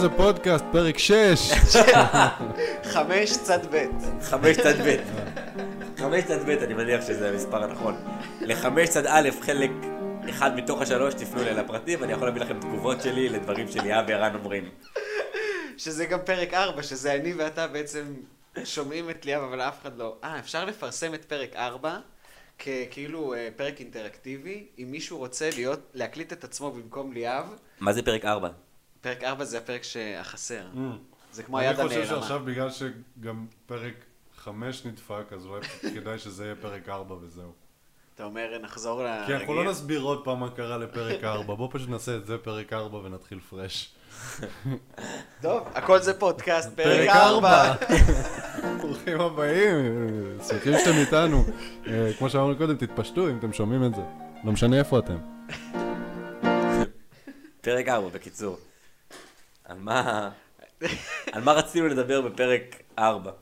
זה פודקאסט, פרק 6. חמש צד ב'. חמש צד ב'. חמש צד ב', אני מניח שזה המספר הנכון. לחמש צד א', חלק אחד מתוך השלוש, תפנו אליי לפרטים, אני יכול להביא לכם תגובות שלי לדברים שליאה וערן אומרים. שזה גם פרק 4, שזה אני ואתה בעצם שומעים את ליאב, אבל אף אחד לא. אה, אפשר לפרסם את פרק 4 ככאילו אה, פרק אינטראקטיבי, אם מישהו רוצה להיות, להקליט את עצמו במקום ליאב, מה זה פרק ארבע? פרק 4 זה הפרק שהחסר. זה כמו Mm. אני היד חושב הנעלמה. שעכשיו בגלל שגם פרק 5 נדפק, אז אולי כדאי שזה יהיה פרק 4 וזהו. אתה אומר, נחזור לרגיל. כי אנחנו לא נסביר עוד פעם מה קרה לפרק 4, בוא פשוט נעשה את זה פרק 4 ונתחיל פרש. טוב, הכל זה פודקאסט, פרק 4. ברוכים הבאים, אה, שמחים שאתם איתנו. אה, כמו שאמרנו קודם, תתפשטו אם אתם שומעים את זה. לא משנה איפה אתם. פרק ארבע, בקיצור. על מה... על מה רצינו לדבר בפרק ארבע?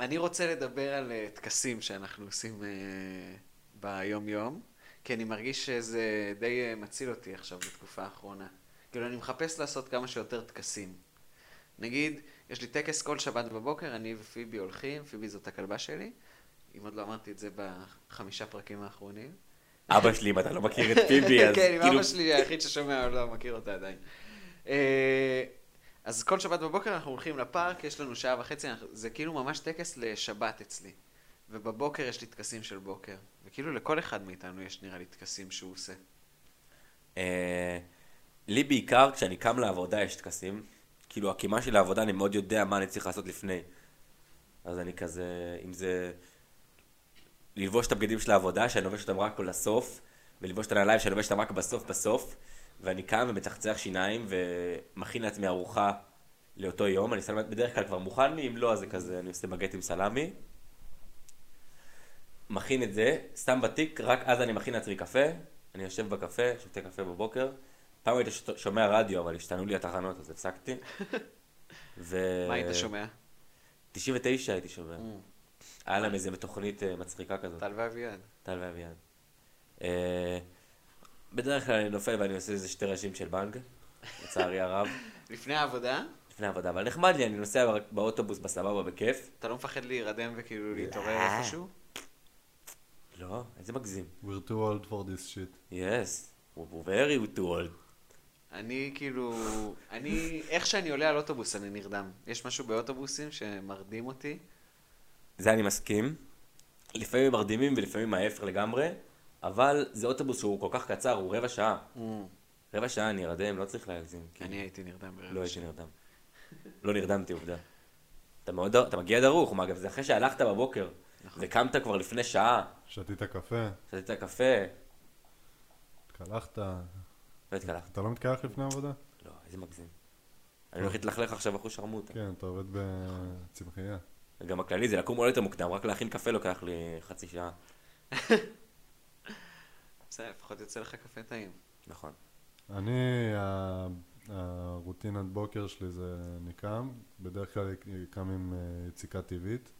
אני רוצה לדבר על אה, טקסים שאנחנו עושים אה, ביום-יום, כי אני מרגיש שזה די אה, מציל אותי עכשיו בתקופה האחרונה. כאילו, אני מחפש לעשות כמה שיותר טקסים. נגיד, יש לי טקס כל שבת בבוקר, אני ופיבי הולכים, פיבי זאת הכלבה שלי, אם עוד לא אמרתי את זה בחמישה פרקים האחרונים. אבא שלי, אם אתה לא מכיר את פיבי, אז כן, עם כאילו... אבא שלי היחיד ששומע, אבל לא מכיר אותה עדיין. אה, אז כל שבת בבוקר אנחנו הולכים לפארק, יש לנו שעה וחצי, אנחנו- זה כאילו ממש טקס לשבת אצלי. ובבוקר יש לי טקסים של בוקר. וכאילו לכל אחד מאיתנו יש נראה לי טקסים שהוא עושה. אה, לי בעיקר כשאני קם לעבודה יש טקסים. כאילו, הקימה שלי לעבודה, אני מאוד יודע מה אני צריך לעשות לפני. אז אני כזה, אם זה... ללבוש את הבגדים של העבודה, שאני לובש אותם רק לסוף, וללבוש את הנעליים שאני לובש אותם רק בסוף בסוף, ואני קם ומצחצח שיניים ומכין לעצמי ארוחה לאותו יום. אני שם בדרך כלל כבר מוכן לי, אם לא, אז זה כזה, אני עושה מגט עם סלמי. מכין את זה, שם בתיק, רק אז אני מכין לעצמי קפה, אני יושב בקפה, שותה קפה בבוקר. פעם הייתי שות- שומע רדיו, אבל השתנו לי התחנות, אז הפסקתי. ו... מה היית שומע? 99 הייתי שומע. היה להם איזה תוכנית אה, מצחיקה כזאת. Mm. טל ואביעד. טל ואביעד. אה, בדרך כלל אני נופל ואני עושה איזה שתי ראשים של בנג, לצערי הרב, לפני העבודה, לפני העבודה, אבל נחמד לי, אני נוסע בא- באוטובוס בסבבה, בכיף. אתה לא מפחד להירדם וכאילו להתעורר לא. איפשהו? לא, איזה מגזים. We're too old for this shit. יס, הוא very too old. אני כאילו, אני, איך שאני עולה על אוטובוס אני נרדם. יש משהו באוטובוסים שמרדים אותי. זה אני מסכים. לפעמים הם מרדימים ולפעמים ההפך לגמרי, אבל זה אוטובוס שהוא כל כך קצר, הוא רבע שעה. רבע שעה אני ארדם, לא צריך להגזים. כאילו. אני הייתי נרדם ברבע לא שעה. הייתי נרדם. לא נרדמתי, עובדה. אתה, מאוד, אתה מגיע דרוך, מה אגב, זה אחרי שהלכת בבוקר. וקמת כבר לפני שעה, שתית קפה, שתית קפה, התקלחת, והתקלחת. אתה לא מתקלח לפני עבודה? לא, איזה מגזים. אני הולך להתלכלך עכשיו אחוז שרמוטה. כן, אתה עובד בצמחייה. גם הכללי זה לקום עוד יותר מוקדם, רק להכין קפה לוקח לי חצי שעה. בסדר, לפחות יוצא לך קפה טעים. נכון. אני, ה- הרוטינת בוקר שלי זה אני קם, בדרך כלל אני קם עם אה, יציקה טבעית,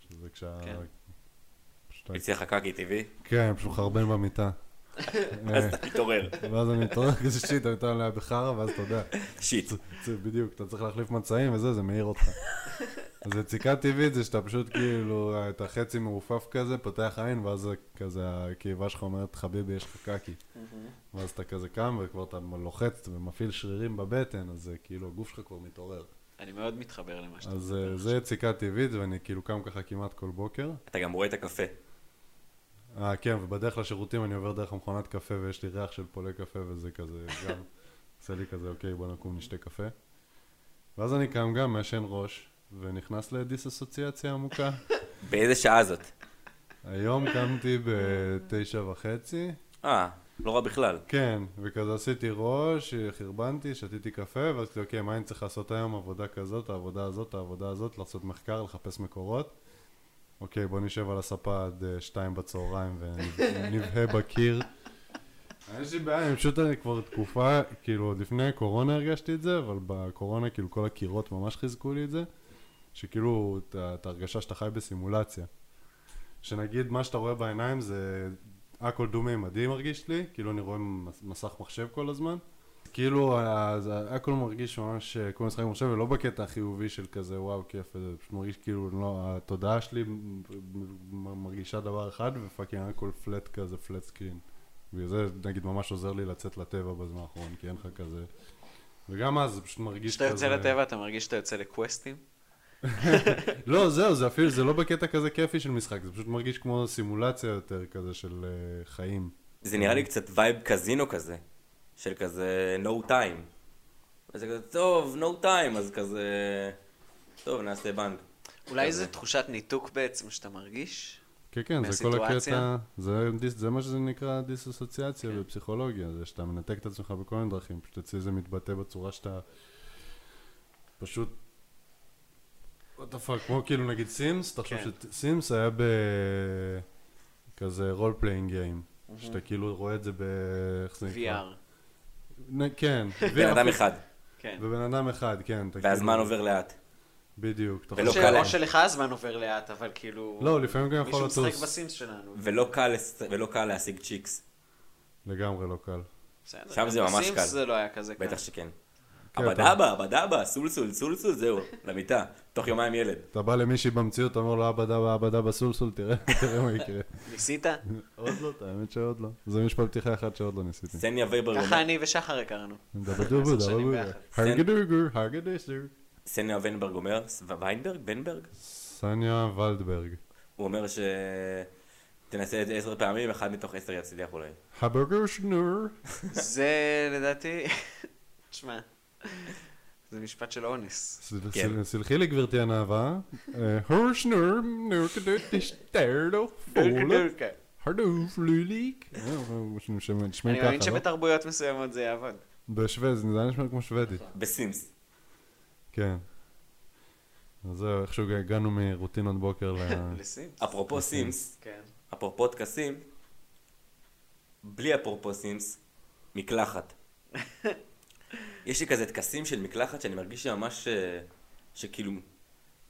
שזה כשה... כן. פשוט- יצא לך קקי טבעי, כן, פשוט חרבן במיטה. אה, אז אתה מתעורר. ואז אני מתעורר כזה שיט, אתה עליה בחרא, ואז אתה יודע, שיט. זה- בדיוק, אתה צריך להחליף מצעים וזה, זה מעיר אותך. אז יציקה טבעית זה שאתה פשוט כאילו, אתה חצי מעופף כזה, פותח עין, ואז זה כזה, הקיבה שלך אומרת, חביבי, יש לך קקי. ואז אתה כזה קם, וכבר אתה לוחץ ומפעיל שרירים בבטן, אז זה כאילו, הגוף שלך כבר מתעורר. אני מאוד מתחבר למה שאתה אז אומר אה, עכשיו. זה יציקה טבעית, ואני כאילו קם ככה כמעט כל בוקר. אתה גם רואה את הקפה. אה, כן, ובדרך לשירותים אני עובר דרך המכונת קפה, ויש לי ריח של פולי קפה, וזה כזה גם, עושה לי כזה, אוקיי, בוא נקום נשתה קפה. ואז אני קם גם, מעשן ראש, ונכנס לדיסאסוציאציה עמוקה. באיזה שעה זאת? היום קמתי בתשע וחצי, אה, לא רע בכלל. כן, וכזה עשיתי ראש, חרבנתי, שתיתי קפה, ואז כזה, אוקיי, מה אני צריך לעשות היום? עבודה כזאת, העבודה הזאת, העבודה הזאת, לעשות מחקר, לחפש מקורות. אוקיי, בוא נשב על הספה עד אה, שתיים בצהריים ונבהה בקיר. יש לי בעיה, אני פשוט אני כבר תקופה, כאילו עוד לפני הקורונה הרגשתי את זה, אבל בקורונה כאילו כל הקירות ממש חיזקו לי את זה, שכאילו את ה- את ההרגשה שאתה חי בסימולציה. שנגיד מה שאתה רואה בעיניים זה הכל דו-מימדי מרגיש לי, כאילו אני רואה מס- מסך מחשב כל הזמן, כאילו, ה- זה הכל מרגיש ממש אה, כמו משחק מחשב, ולא בקטע החיובי של כזה, וואו, כיף, זה פשוט מרגיש כאילו, לא, התודעה שלי מ- מ- מרגישה דבר אחד, ופאקינג הכל פלט כזה, פלט סקרין. בגלל זה, נגיד, ממש עוזר לי לצאת לטבע בזמן האחרון, כי אין לך כזה... וגם אז זה פשוט מרגיש כשאתה כזה... יוצא לטבע, אתה מרגיש שאתה יוצא לקווסטים? לא, זהו, זה אפילו, זה לא בקטע כזה כיפי של משחק, זה פשוט מרגיש כמו סימולציה יותר כזה של אה, חיים. זה נראה לי קצת וייב קזינו כזה, של כזה no time. וזה כזה, טוב, no time, אז כזה, טוב, נעשה בנק. אולי זה תחושת ניתוק בעצם שאתה מרגיש? כן, כן, זה כל מהסיטואציה? הקטע, זה, דיס- זה מה שזה נקרא דיסאסוציאציה כן. בפסיכולוגיה, זה שאתה מנתק את עצמך בכל מיני דרכים, פשוט אצלי זה מתבטא בצורה שאתה פשוט... וואטה פאק, כמו כאילו נגיד סימס, תחשוב כן. שסימס היה ב... כזה רול פליינג גיים, שאתה כאילו רואה את זה ב... איך זה נקרא? VR. נ- כן. בן אדם אחד, כן. ובן אדם אחד, כן. אתה והזמן כאילו- עובר לאט. בדיוק. אתה ולא חושב- ש- קל. או שלך הזמן עובר לאט, אבל כאילו... לא, לפעמים גם יכול מישהו משחק לטוס. בסימס שלנו. ולא קל לס- ולא קל להשיג צ'יקס, לגמרי לא קל. בסדר, שם גם זה ממש בסימס קל. זה לא היה כזה קל. בטח שכן. כן, אבא אתה- דאבא, אבא דאבא, סולסול, סולסול, זהו, למיטה. תוך יומיים ילד. אתה בא למישהי במציאות, אתה אומר לו אבא דאבא אבא דאבא סולסול, תראה תראה מה יקרה. ניסית? עוד לא, את האמת שעוד לא. זה משפט פתיחה אחד שעוד לא ניסיתי. סניה וייבר ככה אומר- אני ושחר הכרנו. דאבא דובה, דאבא שנים בודה. ביחד. הרגדוגו, הרגדסר. סניה ויינברג אומר, ס- ויינברג? בנברג? סניה ולדברג. הוא אומר ש... תנסה את זה עשר פעמים, אחד מתוך עשר יצליח אולי. הברגר שנור. זה לדעתי... תשמע, זה משפט של אונס. סל- כן. סל- סלחי לי גברתי הנאווה. אה, הור שנור, נור כדור תשתר לו פולה. דורקה, דורקה. הרדוף לוליק. אה, אה, שמעים ככה, אני מאמין לא? שבתרבויות מסוימות זה יעבוד. בשווה, זה נראה נשמע כמו שוודי. בסימס. כן. אז זהו, איכשהו הגענו מרוטינות בוקר ל... לסימס. אפרופו סימס, כן. אפרופו טקסים, בלי אפרופו סימס, מקלחת. יש לי כזה טקסים של מקלחת שאני מרגיש שממש, אה, שכאילו,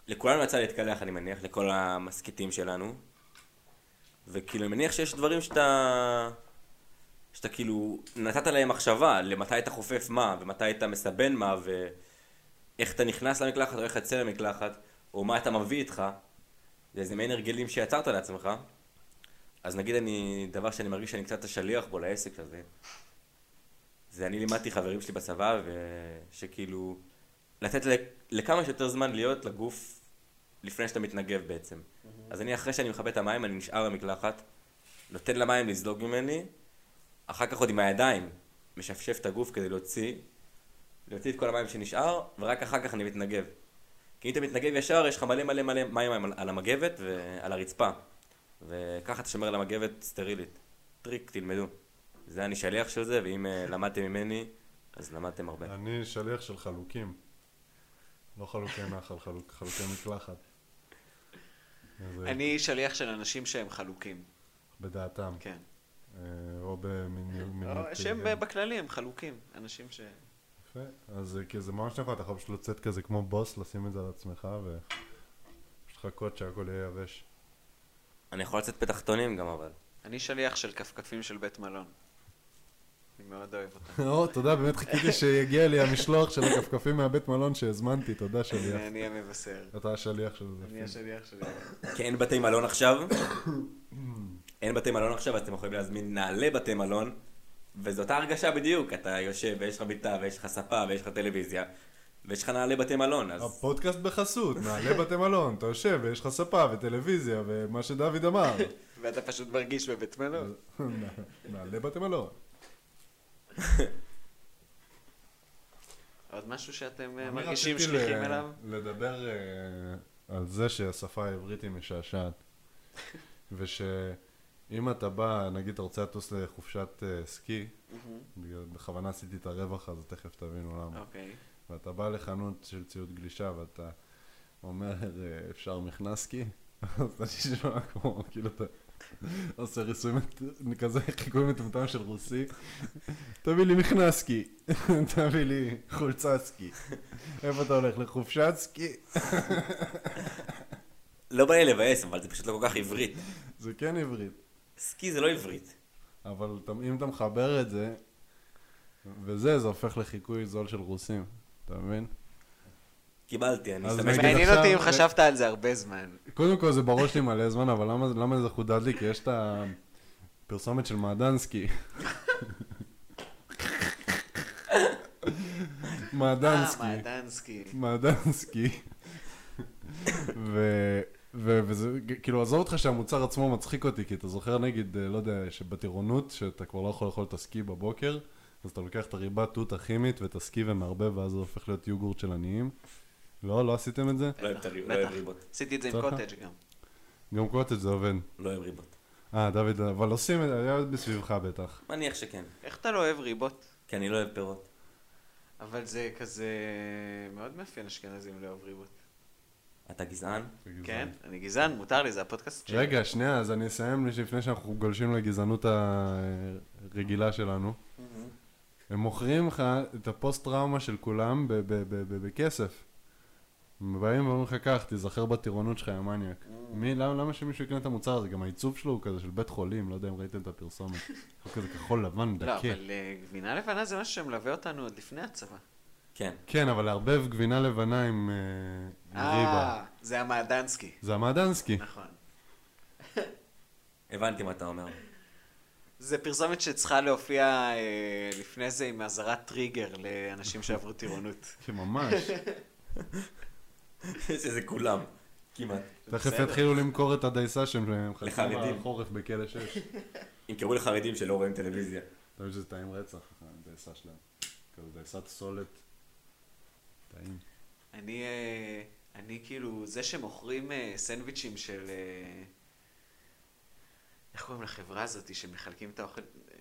לכולנו יצא להתקלח אני מניח, לכל המסכיתים שלנו, וכאילו אני מניח שיש דברים שאתה, שאתה כאילו נתת להם מחשבה, למתי אתה חופף מה, ומתי אתה מסבן מה, ואיך אתה נכנס למקלחת, או איך אתה יוצא למקלחת, או מה אתה מביא איתך, זה איזה מעין הרגלים שיצרת לעצמך. אז נגיד אני, דבר שאני מרגיש שאני קצת השליח בו לעסק הזה, זה אני לימדתי חברים שלי בצבא, ושכאילו, לתת ל- לכמה שיותר זמן להיות לגוף לפני שאתה מתנגב בעצם. אז אני אחרי שאני מכבה את המים, אני נשאר במקלחת, נותן למים לזלוג ממני, אחר כך עוד עם הידיים משפשף את הגוף כדי להוציא, להוציא את כל המים שנשאר, ורק אחר כך אני מתנגב. כי אם אתה מתנגב ישר, יש לך מלא מלא מלא מים על- על המגבת ועל הרצפה. וככה אתה שומר על המגבת סטרילית. טריק, תלמדו. זה אני שליח של זה, ואם אה, למדתם ממני, אז למדתם הרבה. אני שליח של חלוקים. לא חלוקי נחל, חלוק- חלוקי מקלחת. אז, אה, אני שליח של אנשים שהם חלוקים. בדעתם. כן. אה, או במיניות. או שהם כן. אה, בכללי הם חלוקים. אנשים ש... אז אה, כי זה ממש נכון, אתה יכול פשוט לצאת כזה כמו בוס, לשים את זה על עצמך, ופשוט לחכות שהכל יהיה יבש. אני יכול לצאת בתחתונים גם, אבל. אני שליח של כפכפים של בית מלון. אני מאוד אוהב אותם. או, תודה, באמת חיכיתי שיגיע לי המשלוח של הכפכפים מהבית מלון שהזמנתי, תודה שליח. אני המבשר. אתה השליח של זה. אה, אני השליח שלי. כי אין בתי מלון עכשיו. אין בתי מלון עכשיו, אז אתם יכולים להזמין נעלי בתי מלון. וזו אותה הרגשה בדיוק, אתה יושב ויש לך מיטה ויש לך ספה ויש לך טלוויזיה ויש לך נעלי בתי מלון, אז הפודקאסט בחסות, נעלי בתי מלון, אתה יושב ויש לך ספה וטלוויזיה ומה שדוד אמר. ואתה פשוט מרגיש בבית מלון. נעלי בתי מלון. אה, עוד משהו שאתם אה, אני מרגישים רציתי ל- שליחים אליו? לדבר אה, על זה שהשפה העברית היא משעשעת. ושאם אתה בא, נגיד אתה רוצה לטוס לחופשת אה, סקי, בגלל- בכוונה עשיתי את הרווח הזה, תכף תבינו למה. אוקיי. ואתה בא לחנות של ציוד גלישה ואתה אומר, אה, אפשר מכנס סקי? אז אתה נשמע כמו, כאילו אתה עושה ריסוי, מת- כזה חיקוי מטומטם של רוסי. תביא לי מכנס סקי, תביא לי חולצה סקי. איפה אתה הולך? לחופשת סקי? לא בא לי לבאס, אבל זה פשוט לא כל כך עברית. זה כן עברית. סקי זה לא עברית. אבל אתה- אם אתה מחבר את זה וזה, זה הופך לחיקוי זול של רוסים, אתה מבין? קיבלתי, אני אז אשתמש נגיד- בזה. מעניין אותי אם עכשיו- חשבת על זה הרבה זמן. קודם כל זה בראש לי מלא זמן, אבל למה, למה זה חודד לי? כי יש את הפרסומת של מעדנסקי. מעדנסקי. אה, מעדנסקי. מעדנסקי. ו... ו... וזה, כאילו, עזוב אותך שהמוצר עצמו מצחיק אותי, כי אתה זוכר נגיד, אה, לא יודע, שבטירונות, שאתה כבר לא יכול לאכול את הסקי בבוקר, אז אתה לוקח את הריבת תות הכימית ואת הסקי ומערבב, ואז זה הופך להיות יוגורט של עניים. לא, לא עשיתם את זה? לא אוהב את הריב- לא אוהב ריבות. עשיתי את זה עם צריך? קוטג' גם. גם קוטג' זה עובד. לא אוהב ריבות. אה, דוד, אבל עושים את זה, היה בסביבך בטח. מניח שכן, איך אתה לא אוהב ריבות? כי אני לא אוהב פירות. אבל זה כזה מאוד מאפיין אשכנזים לאהוב ריבות. אתה גזען? כן? אני גזען, מותר לי, זה הפודקאסט שלי. רגע, שנייה, אז אני אסיים לפני שאנחנו גולשים לגזענות הרגילה שלנו. הם מוכרים לך את הפוסט-טראומה של כולם ב- ב- ב- ב- בכסף. הם באים ואומרים לך כך, תיזכר בטירונות שלך, יא Mm. מניאק. מי, למה, למה שמישהו יקנה את המוצר הזה? גם העיצוב שלו הוא כזה של בית חולים, לא יודע אם ראיתם את הפרסומת. הוא כזה כחול לבן לא, דקה. אבל אה, גבינה לבנה זה משהו שמלווה אותנו עוד לפני הצבא. כן. כן, אבל לערבב גבינה לבנה עם אה, עם ריבה. אה, זה המעדנסקי. זה המעדנסקי. נכון. הבנתי מה אתה אומר. זה פרסומת שצריכה להופיע אה, לפני זה עם אזהרת טריגר לאנשים שעברו טירונות. כן, ממש. שזה כולם, כמעט. תכף בסדר. יתחילו למכור את הדייסה שהם חלקים לחרדים. בחורף בכלא 6. ימכרו לחרדים שלא רואים טלוויזיה. אתה מבין שזה טעים רצח, הדייסה שלהם. כזה דייסת סולת. טעים. אני, אה, אני כאילו, זה שמוכרים אה, סנדוויצ'ים של... אה, איך קוראים לחברה הזאת שמחלקים את האוכל? אה,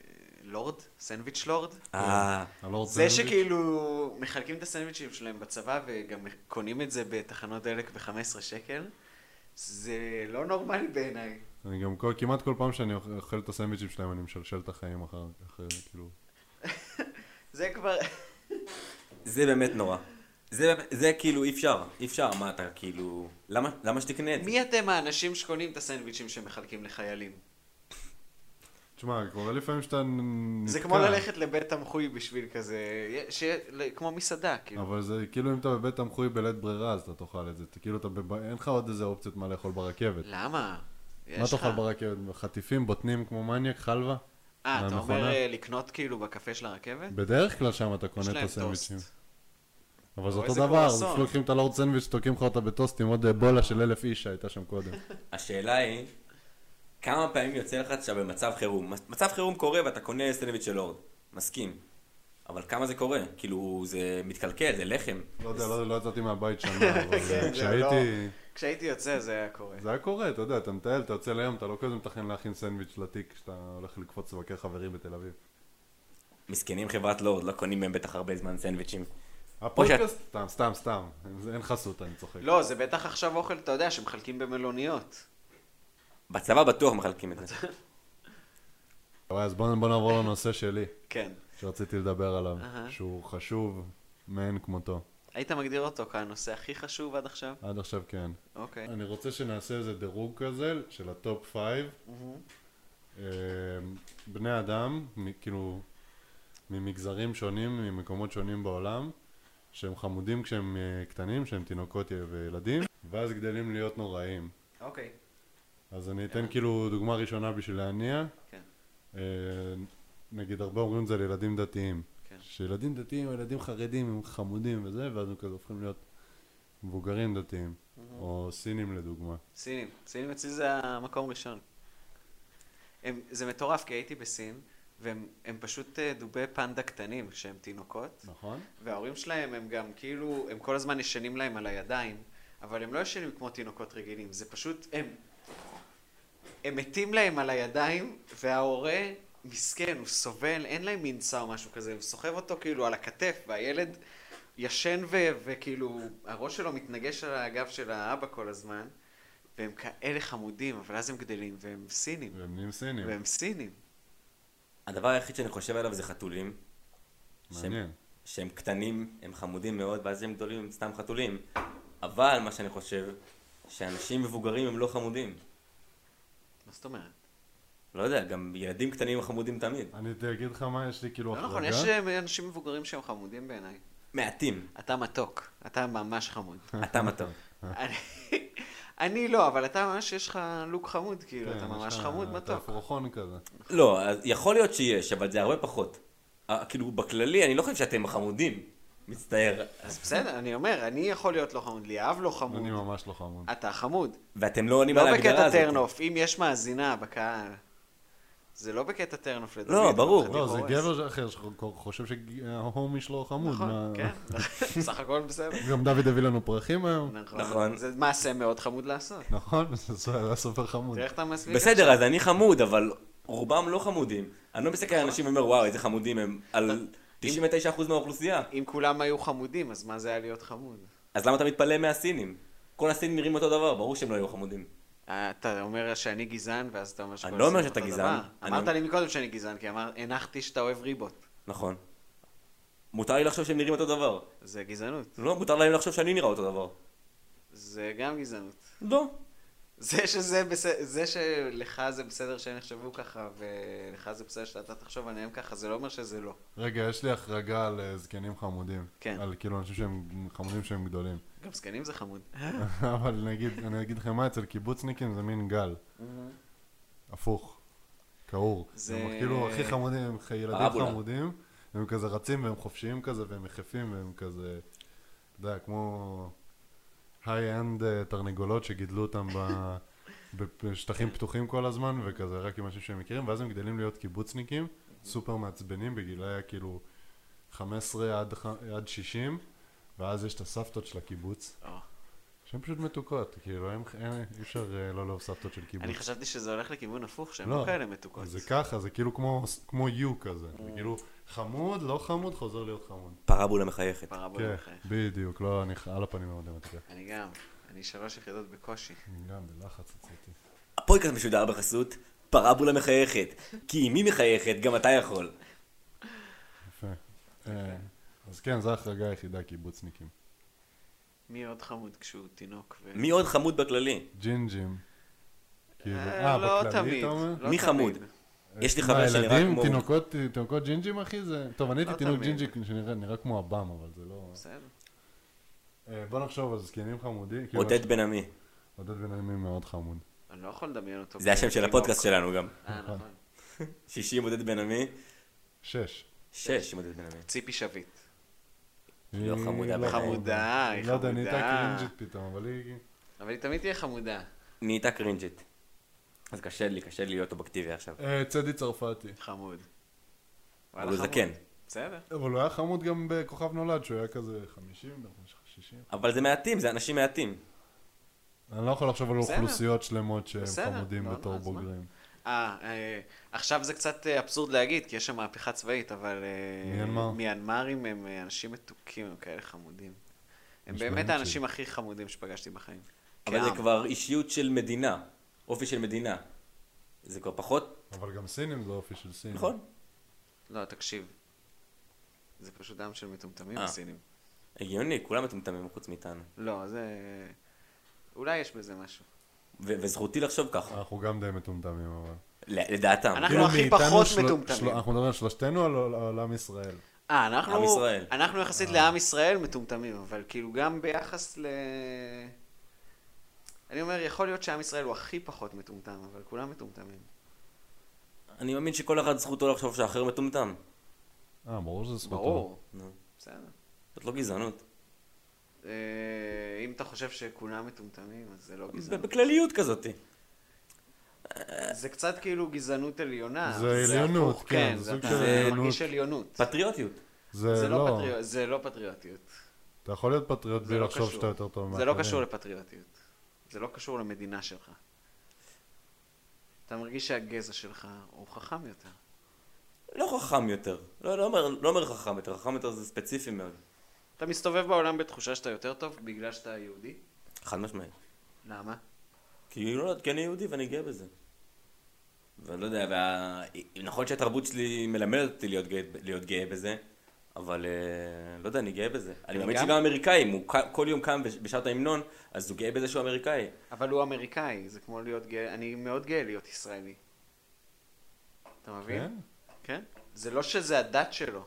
לורד? סנדוויץ' לורד? אה, הלורד זה סנדוויץ'. שכאילו מחלקים את הסנדוויצ'ים שלהם בצבא וגם קונים את זה בתחנות דלק ב-15 שקל, זה לא נורמלי בעיניי. אני גם כל- כמעט כל פעם שאני אוכל- אוכל את הסנדוויצ'ים שלהם, אני משלשל את החיים אחר כך, כאילו. זה כבר... זה באמת נורא. זה, זה כאילו אי אפשר, אי אפשר, מה אתה כאילו... למה, למה שתקנה את זה? מי אתם האנשים שקונים את הסנדוויצ'ים שמחלקים לחיילים? תשמע, קורה לפעמים שאתה נ- נתקע. זה כמו ללכת לבית תמחוי בשביל כזה... שיהיה- כמו מסעדה, כאילו. אבל זה כאילו אם אתה בבית תמחוי בלית ברירה, אז אתה תאכל את זה. אתה- כאילו אתה בב... אין לך עוד איזה אופציות מה לאכול ברכבת. למה? מה יש לך. תאכל ברכבת? חטיפים, בוטנים כמו מניאק, חלבה? אה, אתה מהמכונה? אומר אה, לקנות כאילו בקפה של הרכבת? בדרך כלל שם אתה יש קונה את להם הסנדוויצ'ים. טוסט. אבל זה או אותו איזה דבר, קרואסון. פשוט לוקחים את הלורד סנדוויץ', תוקעים לך אותה בטוסט עם עוד אה, בולה של אלף איש שהייתה שם קודם. השאלה היא, כמה פעמים יוצא לך שאתה במצב חירום? מצב חירום קורה ואתה קונה סנדוויץ' של אורד. מסכים. אבל כמה זה קורה? כאילו, זה מתקלקל, זה לחם. לא יודע, לא לא יצאתי מהבית שנה, אבל כן, אה, זה כשהייתי... לא- כשהייתי יוצא זה היה קורה. זה היה קורה, אתה יודע, אתה מטייל, אתה יוצא לים, אתה לא כזה מתכן להכין סנדוויץ' לתיק כשאתה הולך לקפוץ לבקר חברים בתל אביב. מסכנים חברת לורד, לא קונים מהם בטח הרבה זמן סנדוויצ'ים. הפודקאסט, סתם, סתם, סתם, זה- אין חסות, אני צוחק. לא, זה בטח עכשיו אוכל, אתה יודע, שמחלקים במלוניות. בצבא בטוח מחלקים את זה. אבל אז בוא בוא נעבור לנושא שלי, כן. שרציתי לדבר עליו, אהה. שהוא חשוב מאין כמותו. היית מגדיר אותו כנושא הכי חשוב עד עכשיו? עד עכשיו כן. אוקיי. אני רוצה שנעשה איזה דירוג כזה של הטופ פייב. Mm-hmm. אה, בני אדם, מ- כאילו, ממגזרים שונים, ממקומות שונים בעולם, שהם חמודים כשהם אה, קטנים, שהם תינוקות וילדים, ואז גדלים להיות נוראים. אוקיי. אז אני אתן כאילו דוגמה ראשונה בשביל להניע. כן. אה, נגיד הרבה אומרים את זה לילדים דתיים. כן. שילדים דתיים, ילדים חרדים הם חמודים וזה, ואז הם כזה הופכים להיות מבוגרים דתיים, או סינים לדוגמה. סינים. סינים אצלי זה המקום ראשון. הם, זה מטורף, כי הייתי בסין, והם הם פשוט אה, דובי פנדה קטנים כשהם תינוקות, נכון? וההורים שלהם הם גם כאילו, הם כל הזמן ישנים להם על הידיים, אבל הם לא ישנים כמו תינוקות רגילים, זה פשוט, הם... הם מתים להם על הידיים, וההורה מסכן, הוא סובל, אין להם מנצה או משהו כזה, הוא סוחב אותו כאילו על הכתף, והילד ישן ו- וכאילו, הראש שלו מתנגש על הגב של האבא כל הזמן, והם כאלה חמודים, אבל אז הם גדלים, והם סינים, והם נהיים סינים. והם סינים. הדבר היחיד שאני חושב עליו זה חתולים. מעניין. שהם, שהם קטנים, הם חמודים מאוד, ואז הם גדולים, הם סתם חתולים. אבל מה שאני חושב, שאנשים מבוגרים הם לא חמודים. מה זאת אומרת? לא יודע, גם ילדים קטנים הם חמודים תמיד. אני אגיד לך מה, יש לי כאילו לא נכון, החרגה. יש אה, אנשים מבוגרים שהם חמודים בעיניי. מעטים. אתה מתוק, אתה ממש חמוד. אתה מתוק. אה. אני- אני לא, אבל אתה ממש, יש לך לוק חמוד, כאילו, כן, אתה יש ממש לך- חמוד, אתה מתוק. אפרוחון כזה. לא, אז יכול להיות שיש, אבל זה הרבה פחות. אה, כאילו, בכללי, אני לא חושב שאתם חמודים. מצטער. אז בסדר, אני אומר, אני יכול להיות לא חמוד, ליאב לא חמוד, אני ממש לא חמוד. אתה חמוד. ואתם לא עונים על לא ההגדרה בקטע הזאת. טרנוף, אם יש מאזינה בקהל. זה לא בקטע טרנוף לדוד. לא, ברור. חתיך אני לא, זה הורס. גבר אחר שחושב שההומי שלו חמוד. נכון, מה- כן. בסך הכל בסדר. גם דוד הביא לנו פרחים היום. נכון. נכון. זה מעשה מאוד חמוד לעשות. נכון, זה היה סופר חמוד. תראה איך אתה מסביר. בסדר, אז אני חמוד, אבל רובם לא חמודים. אני לא מסתכל על אנשים ואומר, וואו, איזה חמודים הם, על 99% מהאוכלוסייה. אם כולם היו חמודים, אז מה זה היה להיות חמוד? אז למה אתה מתפלא מהסינים? כל הסינים נראים אותו דבר, ברור שהם לא היו חמודים. אה, אתה אומר שאני גזען, ואז אתה אומר שכל אני לא אומר הסיפור שאתה אותו גזען. דבר. אני אמרת אומר- לי מקודם שאני גזען, כי אמר- הנחתי שאתה אוהב ריבות. נכון. מותר לי לחשוב שהם נראים אותו דבר. זה גזענות. לא, מותר להם לחשוב שאני נראה אותו דבר. זה גם גזענות. לא. זה שזה בסדר, זה שלך זה בסדר שהם יחשבו ככה, ולך זה בסדר שאתה תחשוב עליהם ככה, זה לא אומר שזה לא. רגע, יש לי החרגה על אה, זקנים חמודים. כן. על כאילו אנשים שהם חמודים שהם גדולים. גם זקנים זה חמוד. אבל נגיד, אני אגיד לכם מה, אצל קיבוצניקים זה מין גל. Mm-hmm. הפוך. קעור. זה- זה... הם כאילו הכי חמודים, הם כ- ילדים פרבולה. חמודים, הם כזה רצים והם חופשיים כזה, והם יחפים והם כזה, אתה יודע, כמו היי-אנד אה, תרנגולות שגידלו אותם ב... בשטחים פתוחים כל הזמן, וכזה רק עם אנשים שהם מכירים, ואז הם גדלים להיות קיבוצניקים, סופר מעצבנים, בגילי כאילו 15 עד, ח- עד 60, ואז יש את הסבתות של הקיבוץ, או. שהן פשוט מתוקות, כאילו, אין, אין, אי אפשר אה, לא לאהוב סבתות של קיבוץ. אני חשבתי שזה הולך לכיוון הפוך, שהן לא, לא כאלה מתוקות. Mm. זה ככה, זה כאילו כמו, כמו יו כזה. זה כאילו חמוד, לא חמוד, חוזר להיות חמוד. פרבולה מחייכת. פרבולה כן, בחייך. בדיוק, לא, אני על הפנים המתמטיקה. אני גם, אני שלוש יחידות בקושי. אני גם בלחץ יצאתי. הפודקאסט משודר בחסות פרבולה מחייכת. כי אם היא מחייכת, גם אתה יכול. יפה. אה, אז כן, זו ההחרגה היחידה, קיבוצניקים. מי עוד חמוד כשהוא תינוק? ו- מי עוד חמוד בכללי? ג'ינג'ים. כאילו, אה, לא בכללי תמיד. אתה אומר? לא מי תמיד. חמוד? יש לי מה, חבר שנראה ילדים, כמו... אה, תינוקות, תינוקות ג'ינג'ים, אחי? זה... טוב, אני לא הייתי תינוק תמיד. ג'ינג'י שנראה נראה כמו עב"ם, אבל זה לא... בסדר. אה, בוא נחשוב על זקנים חמודים. כאילו, עודד בן עמי. עודד בן עמי מאוד חמוד. אני לא יכול לדמיין אותו. זה השם של כתינוק. הפודקאסט שלנו גם. אה, נכון. 60 עודד בן עמי. שש. 6 עם עודד בן עמי. ציפי שביט. היא לא חמודה בעיניי. חמודה, היא לא יודע, חמודה. נהייתה קרינג'ית פתאום, אבל היא... אבל היא תמיד תהיה חמודה. נהייתה קרינג'ית. אז קשה לי, קשה לי להיות אובייקטיבי עכשיו. אה, צדי צרפתי. חמוד. אבל כן. וואלה, הוא חמוד. זקן. בסדר. אבל הוא היה חמוד גם בכוכב נולד, שהוא היה כזה 50, 60. אבל זה מעטים, זה אנשים מעטים. אני לא יכול לחשוב על בסדר. אוכלוסיות שלמות שהם בסדר, חמודים לא, בתור אז מה? בוגרים. אה, אה, עכשיו זה קצת אה, אבסורד להגיד, כי יש שם מהפכה צבאית, אבל... אה, מיינמר. מיינמרים הם אה, אנשים מתוקים, הם כאלה חמודים. הם נשמעים באמת ש- האנשים הכי חמודים שפגשתי בחיים. אבל כעם. זה כבר אישיות של מדינה. אופי של מדינה. זה כבר Mm-hmm. פחות, אבל גם סינים זה אופי של סינים. נכון? לא, תקשיב. זה פשוט עם של מטומטמים אה. הסינים. הגיוני, כולם מטומטמים חוץ מאיתנו. לא, זה... אולי יש בזה משהו. ו- וזכותי לחשוב ככה. אנחנו גם די מטומטמים, אבל. ל- לדעתם. אנחנו כאילו, הכי מאיתנו פחות של- מטומטמים. של- אנחנו מדברים על שלושתנו על עול- על עם ישראל. אה, אנחנו... עם ישראל. אה. אנחנו יחסית לעם ישראל מטומטמים, אבל כאילו גם ביחס ל... אני אומר, יכול להיות שעם ישראל הוא הכי פחות מטומטם, אבל כולם מטומטמים. אני מאמין שכל אחד זכותו לחשוב שהאחר מטומטם. אה, ברור שזה זכותו. ברור. נו, בסדר. זאת לא גזענות. אה, אם אתה חושב שכולם מטומטמים, אז זה לא ב- גזענות. בכלליות כזאת. זה קצת כאילו גזענות עליונה. זה עליונות, הפוך, כן, זה זה סוג אתה של עליונות. מרגיש עליונות. פטריוטיות. זה זה לא לא... פטריוט- זה לא פטריוטיות. אתה יכול להיות פטריוט זה בלי לא לחשוב קשור. שאתה יותר טוב זה לא מאחרים. קשור לפטריוטיות. זה לא קשור למדינה שלך. אתה מרגיש שהגזע שלך הוא חכם יותר. לא חכם יותר. לא לא אומר- לא אומר חכם יותר, חכם יותר זה ספציפי מאוד. אתה מסתובב בעולם בתחושה שאתה יותר טוב בגלל שאתה יהודי? חד משמעית. למה? כי לא יודעת, כי אני יהודי ואני גאה בזה. ואני לא יודע, וה... נכון שהתרבות שלי מלמדת אותי להיות גאה, להיות גאה בזה, אבל אה, לא יודע, אני גאה בזה. אני מאמין גם- שגם האמריקאי, אם הוא ק- כל יום קם וש- ושר את ההמנון, אז הוא גאה בזה שהוא אמריקאי. אבל הוא אמריקאי, זה כמו להיות גאה, אני מאוד גאה להיות ישראלי. אתה כן? מבין? כן. זה לא שזה הדת שלו.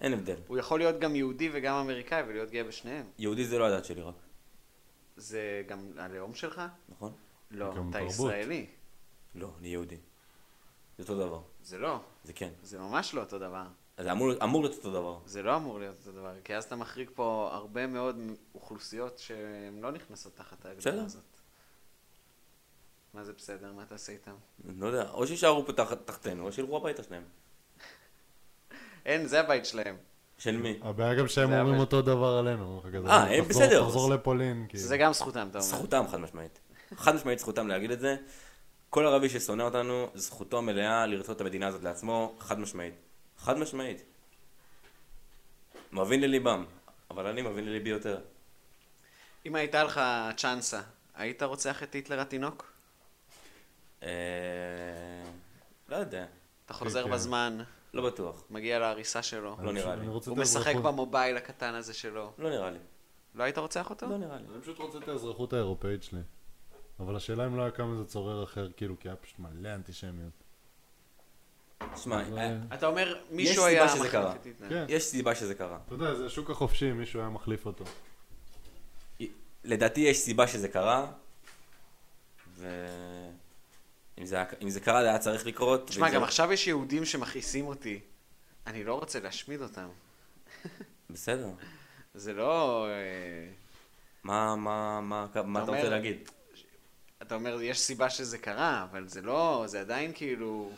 אין הבדל. הוא יכול להיות גם יהודי וגם אמריקאי ולהיות גאה בשניהם. יהודי זה לא הדת שלי רק, זה גם הלאום שלך? נכון? לא, גם אתה תרבות. ישראלי. לא, אני יהודי. זה אותו דבר. זה לא. זה כן. זה ממש לא אותו דבר. אז זה אמור, אמור להיות אותו דבר. זה לא אמור להיות אותו דבר, כי אז אתה מחריג פה הרבה מאוד אוכלוסיות שהן לא נכנסות תחת ההגדרה בסדר. הזאת. מה זה בסדר? מה תעשה איתם? אני לא יודע, או שיישארו פה תח, תחתנו, או שילכו הביתה שלהם. אין, זה הבית שלהם. של מי? הבעיה גם שהם זה אומרים אבל- אותו דבר עלינו. אומר לך כזה, אה, הם תחזור- בסדר. תחזור לפולין, כאילו. זה גם זכותם, אתה אומר. זכותם חד משמעית. חד משמעית זכותם להגיד את זה. כל ערבי ששונא אותנו, זכותו המלאה לרצות את המדינה הזאת לעצמו, חד משמעית. חד משמעית. מבין לליבם, אבל אני מבין לליבי יותר. אם הייתה לך צ'אנסה, היית רוצח את היטלר התינוק? אה... לא יודע, אתה חוזר כן. בזמן, לא בטוח. מגיע להריסה שלו, לא נראה לי. אני רוצה את הוא משחק האזרחות- במובייל הקטן הזה שלו. לא נראה לי. לא היית רוצח אותו? לא נראה לי. אני פשוט רוצה את האזרחות האירופאית שלי. אבל השאלה אם לא היה קם איזה צורר אחר, כאילו, כי היה פשוט מלא אנטישמיות. שמע, אז, אה, אה, אתה אומר, מישהו סיבה היה שזה מחליף קרה. את היטלר. כן. יש סיבה שזה קרה. אתה יודע, זה השוק החופשי, מישהו היה מחליף אותו. לדעתי יש סיבה שזה קרה, ו... אם זה, היה- אם זה קרה זה היה צריך לקרות. תשמע, ואם גם זה... עכשיו יש יהודים שמכעיסים אותי. אני לא רוצה להשמיד אותם. בסדר. זה לא... אה, מה, מה, מה, מה אתה אומר- רוצה להגיד? אתה אומר, יש סיבה שזה קרה, אבל זה לא... זה עדיין כאילו...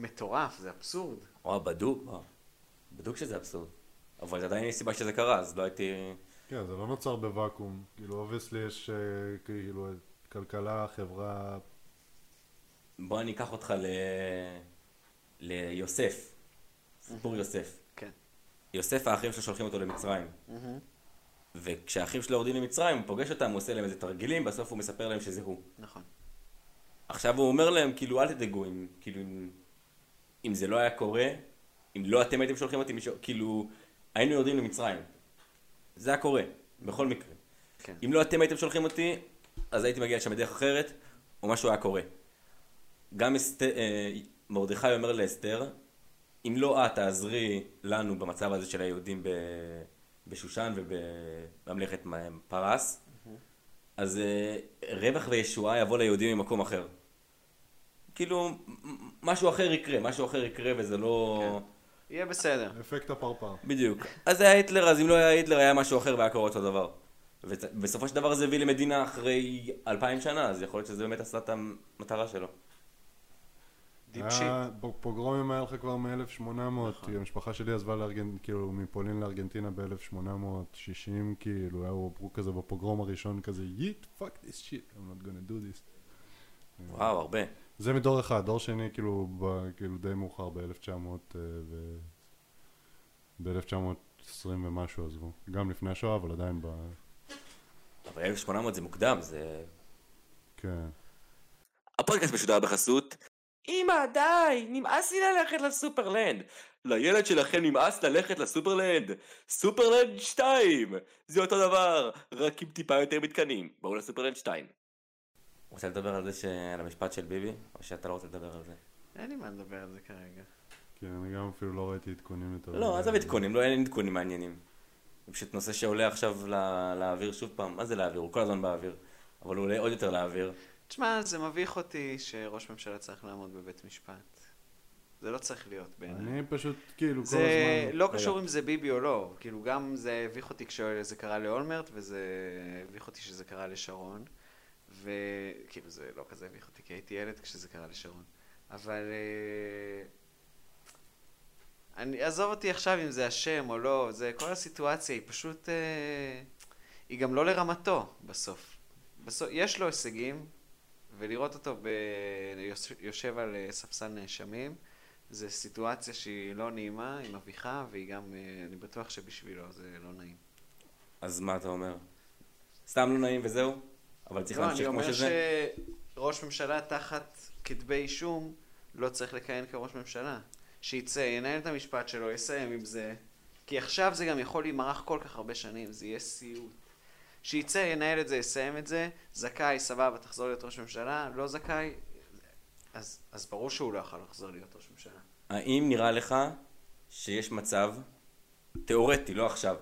מטורף, זה אבסורד. וואו, בדוק, וואו. בדוק שזה אבסורד. אבל עדיין יש סיבה שזה קרה, אז לא הייתי... כן, זה לא נוצר בוואקום. כאילו, אובייסלי יש, אה, כאילו, כלכלה, חברה... בוא אני אקח אותך ל... ליוסף. סיפור יוסף. כן. יוסף, האחים שלו שולחים אותו למצרים. וכשהאחים שלו יורדים למצרים, הוא פוגש אותם, הוא עושה להם איזה תרגילים, בסוף הוא מספר להם שזה הוא. נכון. עכשיו הוא אומר להם, כאילו, אל תדאגו, אם, כאילו, אם, אם זה לא היה קורה, אם לא אתם הייתם שולחים אותי, מישהו, כאילו, היינו יורדים למצרים. זה היה קורה, בכל מקרה. כן. אם לא אתם הייתם שולחים אותי, אז הייתי מגיע לשם בדרך אחרת, או משהו היה קורה. גם אסת... אה, מרדכי אומר לאסתר, אם לא את תעזרי לנו במצב הזה של היהודים ב... בשושן ובממלכת מ- פרס, אז אה, רווח וישועה יבוא ליהודים ממקום אחר. כאילו, מ- מ- משהו אחר יקרה, משהו אחר יקרה וזה לא... יהיה בסדר. אפקט הפרפר. בדיוק. אז היה היטלר, אז אם לא היה היטלר, היה משהו אחר והיה קורה אותו דבר. ובסופו של דבר זה הביא למדינה אחרי אלפיים שנה, אז יכול להיות שזה באמת עשה את המטרה שלו. דיפ היה- שיט. פ- פוגרומים היה לך כבר נכון. מ-1800, המשפחה שלי עזבה לארגנ... כאילו מפולין לארגנטינה ב-1860, כאילו, היה עברו כזה בפוגרום הראשון כזה, yeet, fuck this shit, I'm not gonna do this. וואו, הרבה. זה מדור אחד, דור שני כאילו, ב, כאילו די מאוחר ב-1900 אה, ו... ב-1920 ומשהו עזבו, גם לפני השואה אבל עדיין ב... אבל 1800 זה מוקדם, זה... כן. הפודקאסט משודר בחסות. אמא, די! נמאס לי ללכת לסופרלנד! לילד שלכם נמאס ללכת לסופרלנד! סופרלנד 2! זה אותו דבר, רק עם טיפה יותר מתקנים. בואו לסופרלנד 2. רוצה לדבר על זה, ש... על המשפט של ביבי? או שאתה לא רוצה לדבר על זה? אין לי מה לדבר על זה כרגע. כן, אני גם אפילו לא ראיתי עדכונים יותר. לא, מדי. עזוב עדכונים, לא, אין עדכונים מעניינים. זה פשוט נושא שעולה עכשיו לא, לאוויר שוב פעם. מה זה לאוויר? הוא כל הזמן באוויר. אבל הוא עולה עוד יותר לאוויר. תשמע, זה מביך אותי שראש ממשלה צריך לעמוד בבית משפט. זה לא צריך להיות בעיניי. אני פשוט כאילו כל זה הזמן... לא רגע. קשור אם זה ביבי או לא, כאילו גם זה הביך אותי כשזה קרה לאולמרט וזה הביך אותי שזה קרה לשרון וכאילו זה לא כזה הביך אותי כי הייתי ילד כשזה קרה לשרון אבל אה, אני, עזוב אותי עכשיו אם זה אשם או לא, זה כל הסיטואציה היא פשוט, אה, היא גם לא לרמתו בסוף. בסוף יש לו הישגים, ולראות אותו ב, יוש- יושב על אה, ספסל נאשמים, זה סיטואציה שהיא לא נעימה, היא מביכה, והיא גם, אה, אני בטוח שבשבילו זה לא נעים. אז מה אתה אומר? סתם לא נעים וזהו? אבל צריך לא, אני להמשיך כמו אומר שזה? שראש ממשלה תחת כתבי אישום לא צריך לכהן כראש ממשלה. שיצא, ינהל את המשפט שלו, יסיים עם זה, כי עכשיו זה גם יכול להימרח כל כך הרבה שנים, זה יהיה סיוט. שיצא, ינהל את זה, יסיים את זה, זכאי, סבבה, תחזור להיות ראש ממשלה, לא זכאי, אז, אז ברור שהוא לא יכול לחזור להיות ראש ממשלה. האם נראה לך שיש מצב, תיאורטי, לא עכשיו,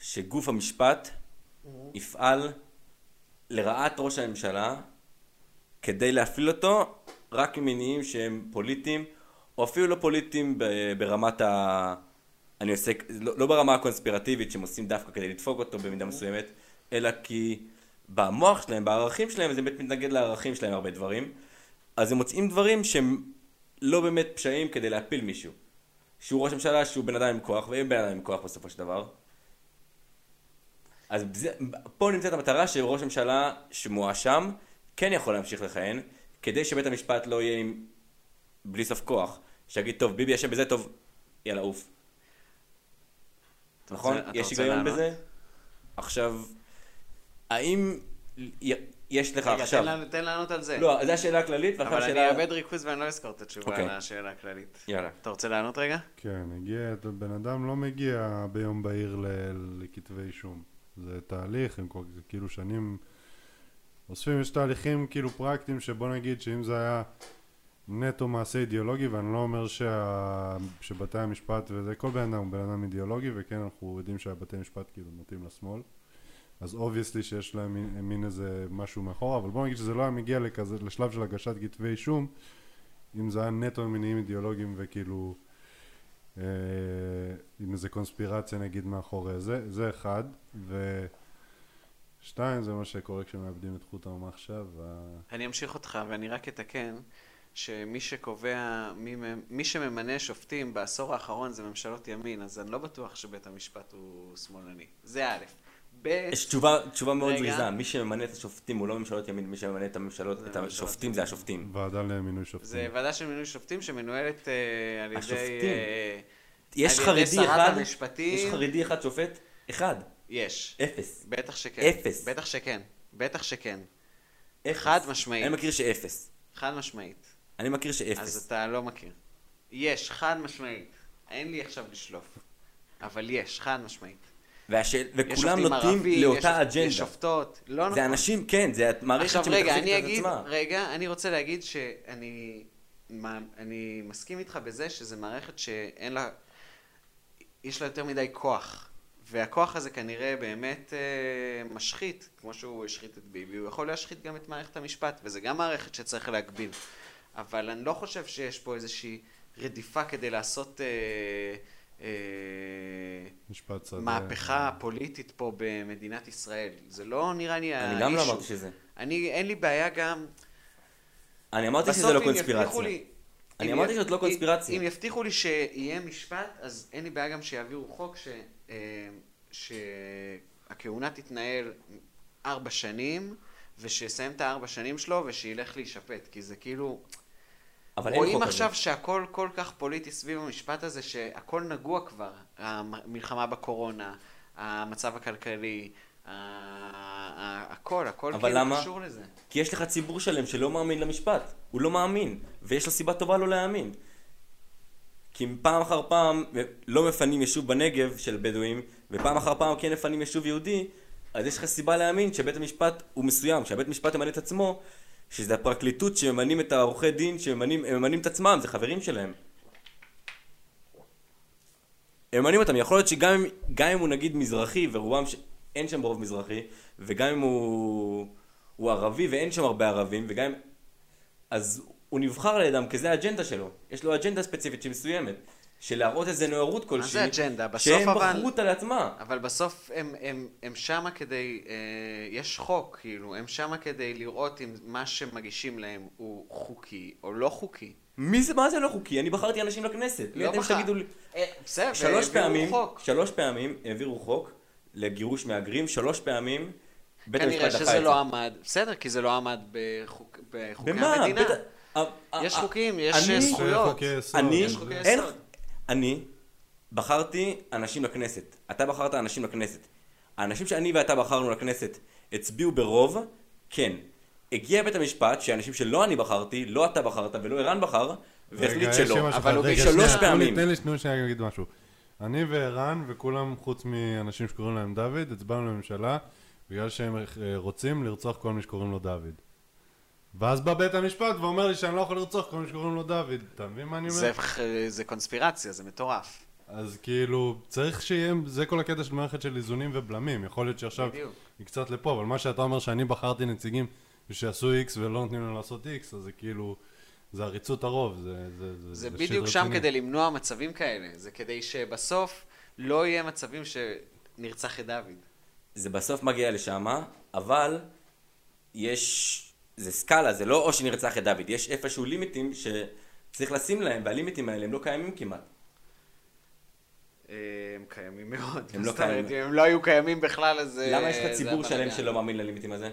שגוף המשפט יפעל לרעת ראש הממשלה כדי להפעיל אותו רק ממניעים שהם פוליטיים, או אפילו לא פוליטיים ב- ברמת ה... אני עושה, לא, לא ברמה הקונספירטיבית שהם עושים דווקא כדי לדפוק אותו במידה מסוימת, אלא כי במוח שלהם, בערכים שלהם, זה באמת מתנגד לערכים שלהם הרבה דברים, אז הם מוצאים דברים שהם לא באמת פשעים כדי להפיל מישהו. שהוא ראש ממשלה, שהוא בן אדם עם כוח, ואין בן אדם עם כוח בסופו של דבר. אז זה, פה נמצאת המטרה שראש ממשלה שמואשם כן יכול להמשיך לכהן, כדי שבית המשפט לא יהיה עם... בלי סוף כוח. שיגיד, טוב, ביבי אשם בזה, טוב, יאללה, עוף. אתה נכון? רוצה- אתה יש רוצה היגיון לענות? בזה? עכשיו, האם י- יש לך רגע, תן עכשיו... לנו- תן לענות על זה. לא, זו השאלה הכללית, ואחר כן. אבל השאלה... אני אאבד ריכוז ואני לא אזכור את התשובה אוקיי. על השאלה הכללית. יאללה. אתה רוצה לענות רגע? כן, הגיע, אתה- בן אדם לא מגיע ביום בהיר ל- לכתבי אישום. זה תהליך, הם כל- זה כאילו שנים אוספים, יש תהליכים כאילו פרקטיים שבוא נגיד שאם זה היה נטו מעשה אידיאולוגי, ואני לא אומר שה... שבתי המשפט וזה, כל בן אדם הוא בן אדם אידיאולוגי, וכן אנחנו יודעים שהבתי משפט כאילו נוטים לשמאל. אז אובייסלי שיש להם מין, מין איזה משהו מאחורה, אבל בוא נגיד שזה לא היה מגיע לכזה, לשלב של הגשת כתבי אישום, אם זה היה נטו מניעים אידיאולוגיים וכאילו... אה, עם איזה קונספירציה נגיד מאחורי זה, זה אחד, ושתיים זה מה שקורה כשמאבדים את חוט המחשב, וה- אני אמשיך אותך ואני רק אתקן שמי שקובע, מי, ממ- מי שממנה שופטים בעשור האחרון זה ממשלות ימין, אז אני לא בטוח שבית המשפט הוא שמאלני. זה א', ב', יש תשובה, תשובה מאוד רגע. זריזה, מי שממנה את השופטים הוא לא ממשלות ימין, מי שממנה את הממשלות, זה לא את הממשלות. השופטים זה השופטים. ועדה למינוי שופטים. זה ועדה של מינוי שופטים שמנוהלת אה, על ידי... השופטים. אה, יש על ידי חרדי שרת אחד, המשפטים. יש חרדי אחד שופט, אחד, יש. אפס, בטח שכן. אפס. בטח שכן. בטח שכן. אפס. חד משמעית. אני מכיר שאפס, חד משמעית. אני מכיר אז שאפס. אתה לא מכיר. יש, חד משמעית. אין לי עכשיו לשלוף. אבל יש, חד משמעית. והשאל- יש וכולם שופטים נוטים ערבים, לאותה יש, שופ- יש אג'נדה. שופטות, לא נכון. זה אנשים, כן, זה המערכת עכשיו רגע, אני שמתחזקת את אגיד, עצמה. רגע, אני רוצה להגיד שאני מה, אני מסכים איתך בזה שזו מערכת שאין לה, יש לה יותר מדי כוח. והכוח הזה כנראה באמת אה, משחית, כמו שהוא השחית את ביבי, הוא יכול להשחית גם את מערכת המשפט, וזה גם מערכת שצריך להגביל. אבל אני לא חושב שיש פה איזושהי רדיפה כדי לעשות אה, אה, משפט שדה. מהפכה פוליטית פה במדינת ישראל. זה לא נראה לי אני גם לא האישו. אמרתי שזה. אני, אין לי בעיה גם... אני אמרתי שזה בסוף לא אם יבטיחו קונספירציה. לי- אני אם אמרתי יב- שזאת לא אם- קונספירציה. אם יבטיחו לי שיהיה משפט, אז אין לי בעיה גם שיעבירו חוק ש... אה, שהכהונה תתנהל ארבע שנים, ושיסיים את הארבע שנים שלו, ושילך להישפט, כי זה כאילו... אבל אין רואים חוק כזה. עכשיו שהכל כל כך פוליטי סביב המשפט הזה, שהכל נגוע כבר. המלחמה בקורונה, המצב הכלכלי, ה- ה- הכל, הכל אבל כאילו למה? קשור לזה. כי יש לך ציבור שלם שלא מאמין למשפט. הוא לא מאמין, ויש לו סיבה טובה לא להאמין. כי אם פעם אחר פעם לא מפנים יישוב בנגב של בדואים, ופעם אחר פעם כן מפנים יישוב יהודי, אז יש לך סיבה להאמין שבית המשפט הוא מסוים, שהבית המשפט ממנה את עצמו, שזה הפרקליטות שממנים את העורכי דין, שממנים הם ממנים את עצמם, זה חברים שלהם. הם ממנים אותם, יכול להיות שגם אם- גם אם הוא נגיד מזרחי, ורובם, ש... אין שם רוב מזרחי, וגם אם הוא, הוא ערבי, ואין שם הרבה ערבים, וגם אם... אז הוא נבחר על ידם, כי זה האג'נדה שלו. יש לו אג'נדה ספציפית שמסוימת, של להראות איזה נאורות זה כלשהי, אג'נדה? בסוף שהם אבל- בחרו אותה לעצמה. אבל בסוף הם, הם, הם שמה כדי, אה, יש חוק, כאילו, הם שמה כדי לראות אם מה שמגישים להם הוא חוקי או לא חוקי. מי זה, מה זה לא חוקי? אני בחרתי אנשים לכנסת. מי לא אתם בחר- שתגידו לי? אה, בסדר, שלוש והעבירו פעמים, חוק. שלוש פעמים העבירו חוק לגירוש מהגרים, שלוש פעמים בית המשפט דחה כנראה את זה. שזה לא עמד, בסדר, כי זה לא עמד בחוק, בחוקי במה? המדינה. בטח- ה- ה- יש ה- חוקים, יש אה, אני- זה זכויות. חוקי יסוד. אני, יש חוקי אין, יסוד. אני בחרתי אנשים לכנסת. אתה בחרת אנשים לכנסת. האנשים שאני ואתה בחרנו לכנסת הצביעו ברוב, כן. הגיע בית המשפט שאנשים שלא אני בחרתי, לא אתה בחרת ולא ערן בחר, והחליט רגע, יש לי שלא. משהו אבל אחד. הוא רגע, שלוש שנייה, תנו לי- פעמים. תן לי שנייה שנייה להגיד משהו. אני וערן וכולם חוץ מאנשים שקוראים להם דוד, הצבענו לממשלה בגלל שהם אה, רוצים לרצוח כל מי שקוראים לו דוד. ואז בא בית המשפט ואומר לי שאני לא יכול לרצוח כל מי שקוראים לו דוד, אתה מבין מה אני אומר? זה, זה קונספירציה, זה מטורף. אז כאילו, צריך שיהיה, זה כל הקטע של מערכת של איזונים ובלמים. יכול להיות שעכשיו בדיוק. היא קצת לפה, אבל מה שאתה אומר שאני בחרתי נציגים שעשו איקס ולא נותנים להם לעשות איקס, אז זה כאילו, זה עריצות הרוב, זה, זה, זה, זה שיט בדיוק שם רציני. כדי למנוע מצבים כאלה, זה כדי שבסוף לא יהיה מצבים שנרצח את דוד. זה בסוף מגיע לשם, אבל יש... זה סקאלה, זה לא או שנרצח את דוד, יש איפשהו לימיטים שצריך לשים להם, והלימיטים האלה הם לא קיימים כמעט. אה, הם קיימים מאוד. הם לא זאת אומרת, קיימים. אם הם לא היו קיימים בכלל, אז... אה, למה יש לך זה ציבור שלם הבלאגן. שלא מאמין ללימיטים הזה?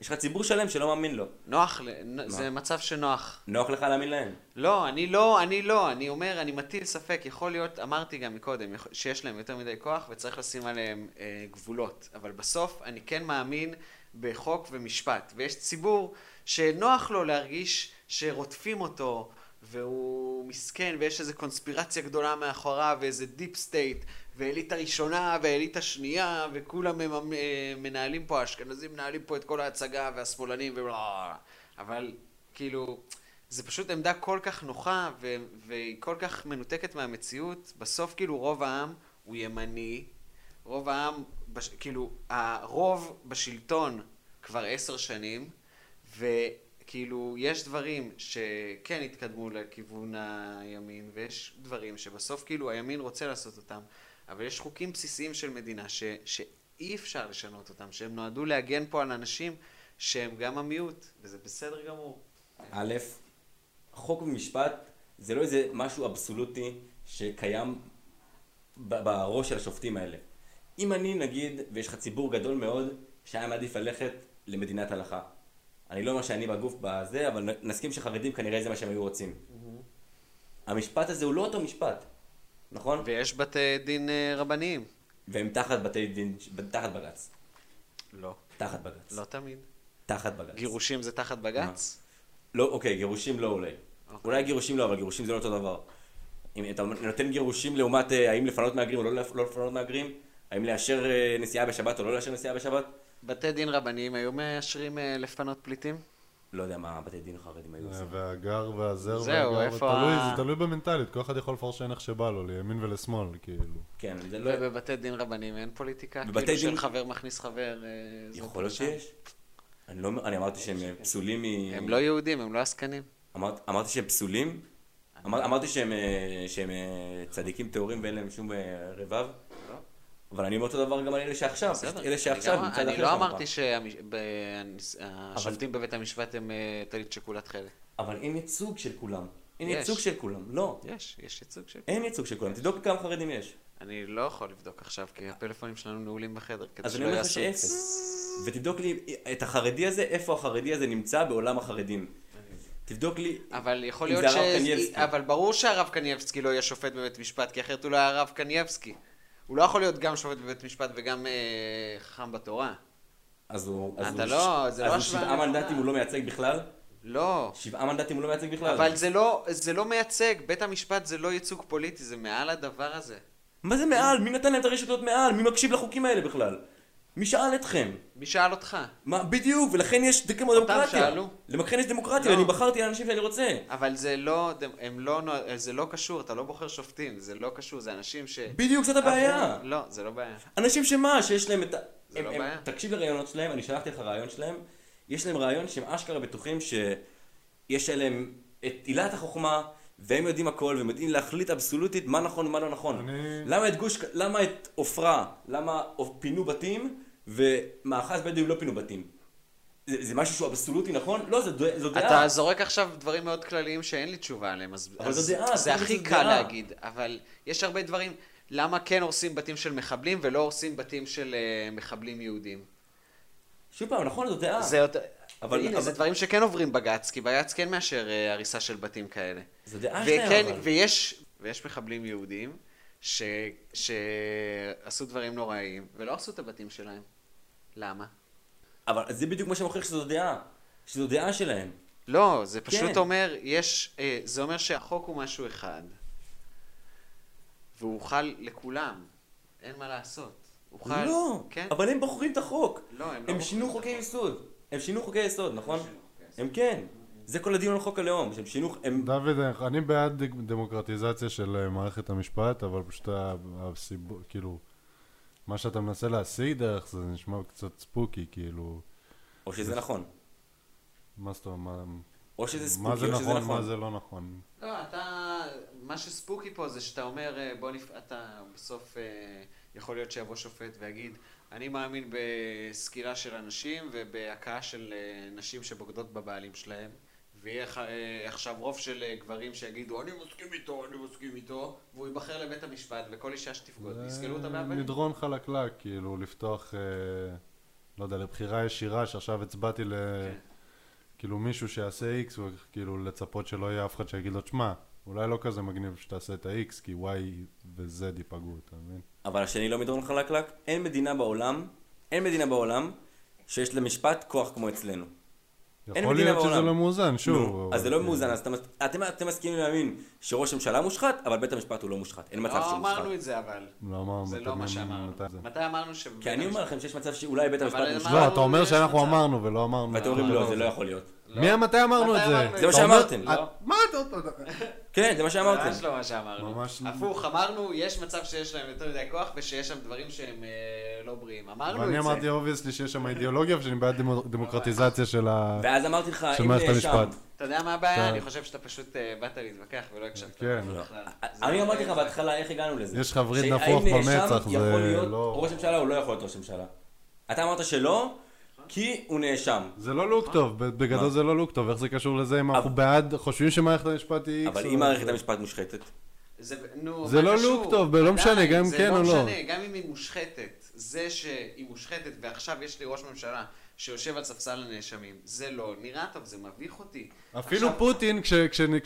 יש לך ציבור שלם שלא מאמין לו. נוח, ל- נ- זה מצב שנוח. נוח לך להאמין להם. לא, אני לא, אני לא, אני אומר, אני מטיל ספק, יכול להיות, אמרתי גם מקודם, יכול- שיש להם יותר מדי כוח וצריך לשים עליהם אה, גבולות, אבל בסוף אני כן מאמין בחוק ומשפט, ויש ציבור שנוח לו להרגיש שרודפים אותו, והוא מסכן, ויש איזו קונספירציה גדולה מאחוריו, ואיזה דיפ סטייט, ואליטה ראשונה, ואליטה שנייה, וכולם הם, אה, מנהלים פה, האשכנזים מנהלים פה את כל ההצגה, והשמאלנים, ובלה, אבל כאילו... זה פשוט עמדה כל כך נוחה ו- והיא כל כך מנותקת מהמציאות. בסוף כאילו רוב העם הוא ימני, רוב העם, בש- כאילו הרוב בשלטון כבר עשר שנים, וכאילו יש דברים שכן התקדמו לכיוון הימין, ויש דברים שבסוף כאילו הימין רוצה לעשות אותם, אבל יש חוקים בסיסיים של מדינה ש- שאי אפשר לשנות אותם, שהם נועדו להגן פה על אנשים שהם גם המיעוט, וזה בסדר גמור. א', חוק ומשפט זה לא איזה משהו אבסולוטי שקיים ב- בראש של השופטים האלה. אם אני נגיד, ויש לך ציבור גדול מאוד, שהיה מעדיף ללכת למדינת הלכה. אני לא אומר שאני בגוף בזה, אבל נ- נסכים שחרדים כנראה זה מה שהם היו רוצים. Mm-hmm. המשפט הזה הוא לא אותו משפט, נכון? ויש בתי דין אה, רבניים. והם תחת בתי דין, תחת בג"ץ. לא. תחת בג"ץ. לא תמיד. תחת בג"ץ. גירושים זה תחת בג"ץ? לא, אוקיי, גירושים לא אולי. אוקיי. אולי גירושים לא, אבל גירושים זה לא אותו דבר. אם אתה נותן גירושים לעומת אה, האם לפנות מהגרים או לא לפ- לא לפנות מהגרים, האם לאשר אה, נסיעה בשבת או לא לאשר נסיעה בשבת, בתי דין רבניים היו מאשרים אה, לפנות פליטים? לא יודע מה בתי דין חרדים היו אה, עושים. והגר והזר זהו, והגר, איפה תלוי, ה- זה תלוי במנטליות, כל אחד יכול לפרשן איך שבא לו, לימין ולשמאל, כאילו. כן, זה לא... ובבתי דין רבניים אין פוליטיקה? בבתי כאילו דין- של חבר מכניס חבר... אה, זה יכול להיות שם. שיש. אני לא... אני אמרתי שהם אה, פסולים מ... אוקיי. הם לא יהודים, הם לא עסקנים. אמרת- אמרתי שהם פסולים? אמר- אמרתי שהם, אה, שהם אה, צדיקים טהורים ואין להם שום אה, רבב? לא. אבל אני אומר אותו דבר גם על אלה שעכשיו, פשוט בסדר. אלה שעכשיו, אני גם- מצד אני אחר לא של אמרתי המפה. שהשופטים בבית המשפט הם אה, טלית שכולת חלק. אבל אין ייצוג של כולם. אין יש. ייצוג של כולם. לא. יש, יש ייצוג של... אין ייצוג של כולם. תבדוק כמה חרדים יש. אני לא יכול לבדוק עכשיו, כי הפלאפונים שלנו נעולים בחדר, כדי אז אני שלא אומר לך יעשו... שאפס. ותבדוק לי את החרדי הזה, איפה החרדי הזה נמצא בעולם החרדים. תבדוק לי... אבל יכול אם להיות זה ש... הרב קנייבסקי. אבל ברור שהרב קנייבסקי לא יהיה שופט בבית משפט, כי אחרת הוא לא היה הרב קנייבסקי. הוא לא יכול להיות גם שופט בבית משפט וגם אה, חכם בתורה. אז הוא... אז אתה הוא לא- ש- זה לא אז הוא השוואה שבעה נכונה. מנדטים הוא לא מייצג בכלל? לא. שבעה מנדטים הוא לא מייצג בכלל? אבל זה לא, זה לא מייצג, בית המשפט זה לא ייצוג פוליטי, זה מעל הדבר הזה. מה זה מעל? מי נתן להם את הרשתות מעל? מי מקשיב לחוקים האלה בכלל? מי שאל אתכם? מי שאל אותך? מה, בדיוק, ולכן יש דק- דמוקרטיה. שאלו. למכן יש דמוקרטיה, לא. אני בחרתי לאנשים שאני רוצה. אבל זה לא, הם לא, נוע- זה לא קשור, אתה לא בוחר שופטים, זה לא קשור, זה אנשים ש... בדיוק, זאת הבעיה. לא, זה לא בעיה. אנשים שמה, שיש להם את ה... זה הם- לא הם- בעיה. תקשיב לראיונות שלהם, אני שלחתי לך ראיון שלהם, יש להם ראיון שהם אשכרה בטוחים שיש עליהם את עילת החוכמה, והם יודעים הכל, והם יודעים להחליט אבסולוטית מה נכון ומה לא נכון. אני- למה את גוש... למה את עופרה, למה פינו בתים, ומאחז בדואים לא פינו בתים? זה, זה משהו שהוא אבסולוטי נכון? לא, זו, דעה- זו דעה. אתה זורק עכשיו דברים מאוד כלליים שאין לי תשובה עליהם, אז, אבל אז זו דעה, זה זו הכי דעה. קל להגיד, אבל יש הרבה דברים, למה כן הורסים בתים של מחבלים ולא הורסים בתים של אה, מחבלים יהודים? שוב פעם, נכון, זו דעה. זה יותר... אבל- אבל הנה, אבל- זה דברים שכן עוברים בג"ץ, כי בג"ץ כן מאשר אה, הריסה של בתים כאלה. זו דעה שלהם, וכן, אבל. ויש, ויש מחבלים יהודים ש, שעשו דברים נוראיים ולא הרסו את הבתים שלהם. למה? אבל זה בדיוק מה שמוכיח שזו דעה. שזו דעה שלהם. לא, זה פשוט כן. כן. אומר, יש, אה, זה אומר שהחוק הוא משהו אחד, והוא חל לכולם, אין מה לעשות. הוא חל... לא, כן? אבל הם בוחרים את החוק. לא, הם לא הם בוחרים שינו את חוקי החוק. יסוד. הם שינו חוקי יסוד, נכון? שינו, כן. הם כן. זה כל הדיון על חוק הלאום, שהם שינו, הם... דוד, אני בעד דמוקרטיזציה של אה, מערכת המשפט, אבל פשוט ה- הסיבור, כאילו, מה שאתה מנסה להשיג דרך זה נשמע קצת ספוקי, כאילו, או שזה נכון. מה זאת אומרת, מה- או שזה מה ספוקי, זה או שזה נכון, מה נכון. זה לא נכון. לא, אתה... מה שספוקי פה זה שאתה אומר, אה, בוא נפ... אתה בסוף אה, יכול להיות שיבוא שופט ויגיד, אני מאמין בסקילה של אנשים ובהכאה של אה, נשים שבוגדות בבעלים שלהם, ויהיה ח- אה, עכשיו רוב של אה, גברים שיגידו, אני מסכים איתו, אני מסכים איתו, והוא ייבחר לבית המשפט, וכל אישה שתבגוד, אה, יסקלו אותה זה באבנים. מדרון חלקלק, כאילו, לפתוח, אה, לא יודע, לבחירה ישירה, שעכשיו הצבעתי ל... כן. כאילו מישהו שיעשה איקס, וכאילו לצפות שלא יהיה אף אחד שיגיד לו, תשמע, אולי לא כזה מגניב שתעשה את האיקס, כי וואי וזד ייפגעו, אתה מבין? אבל השני לא מדרון חלקלק. אין מדינה בעולם, אין מדינה בעולם, שיש למשפט כוח כמו אצלנו. אין יכול מדינה להיות שזה בעולם. לא מאוזן, שוב. נו, אבל אז זה לא כאילו- מאוזן, אז אתם- אתם- אתם מסכימים להאמין שראש הממשלה מושחת, אבל בית המשפט הוא לא מושחת. אין מצב לא שהוא מושחת. אמרנו את זה, אבל. לא אמרנו. זה לא תמיד מה שאמרנו. מתי זה. מתי אמרנו ש... כי אני אומר לכם שיש מצב שאולי בית המשפט אבל מושחת, לא, אמרנו, אתה אומר יש שאנחנו מצב. אמרנו ולא אמרנו. ואתם אומרים לא, זה לא יכול להיות. מי מתי אמרנו את מתי אמרנו זה? את זה מה אתה אומר- שאמרתם, אה, לא? מה אתה עוד פעם? כן, זה מה ממש שאמרתם. לא מה שאמרנו. ממש לא. הפוך, אמרנו, יש מצב שיש להם יותר מדי כוח ושיש שם דברים שהם אה, לא בריאים. אמרנו את זה. ואני אמרתי אובייסלי שיש שם אידיאולוגיה ושאני בעד דמו- דמוקרטיזציה של ה... ואז אמרתי לך, של אם מערכת זה שם. המשפט. אתה יודע מה הבעיה? אתה- אני חושב שאתה פשוט אה, באת להתווכח ולא הקשבת. כן. לנו לא. בכלל. זה- אה, אני אמרתי לך בהתחלה איך הגענו לזה. יש לך וריד שהאם נפוח נאשם במצח, זה יכול להיות לא- ראש ממשלה או לא יכול להיות ראש ממשלה. אתה אמרת שלא, כי הוא נאשם. זה לא לוק טוב, ב- בגדול מה? זה לא לוק טוב, איך זה קשור לזה אם אנחנו בעד, חושבים שמערכת המשפט היא... איקס אבל או- אם מערכת המשפט מושחתת, זה- נו, זה מה לא קשור? לוק טוב, לא משנה, עדיין, גם כן או זה לא. לא משנה, גם אם היא מושחתת. זה שהיא מושחתת ועכשיו יש לי ראש ממשלה שיושב על ספסל הנאשמים, זה לא נראה טוב, זה מביך אותי. אפילו עכשיו- פוטין,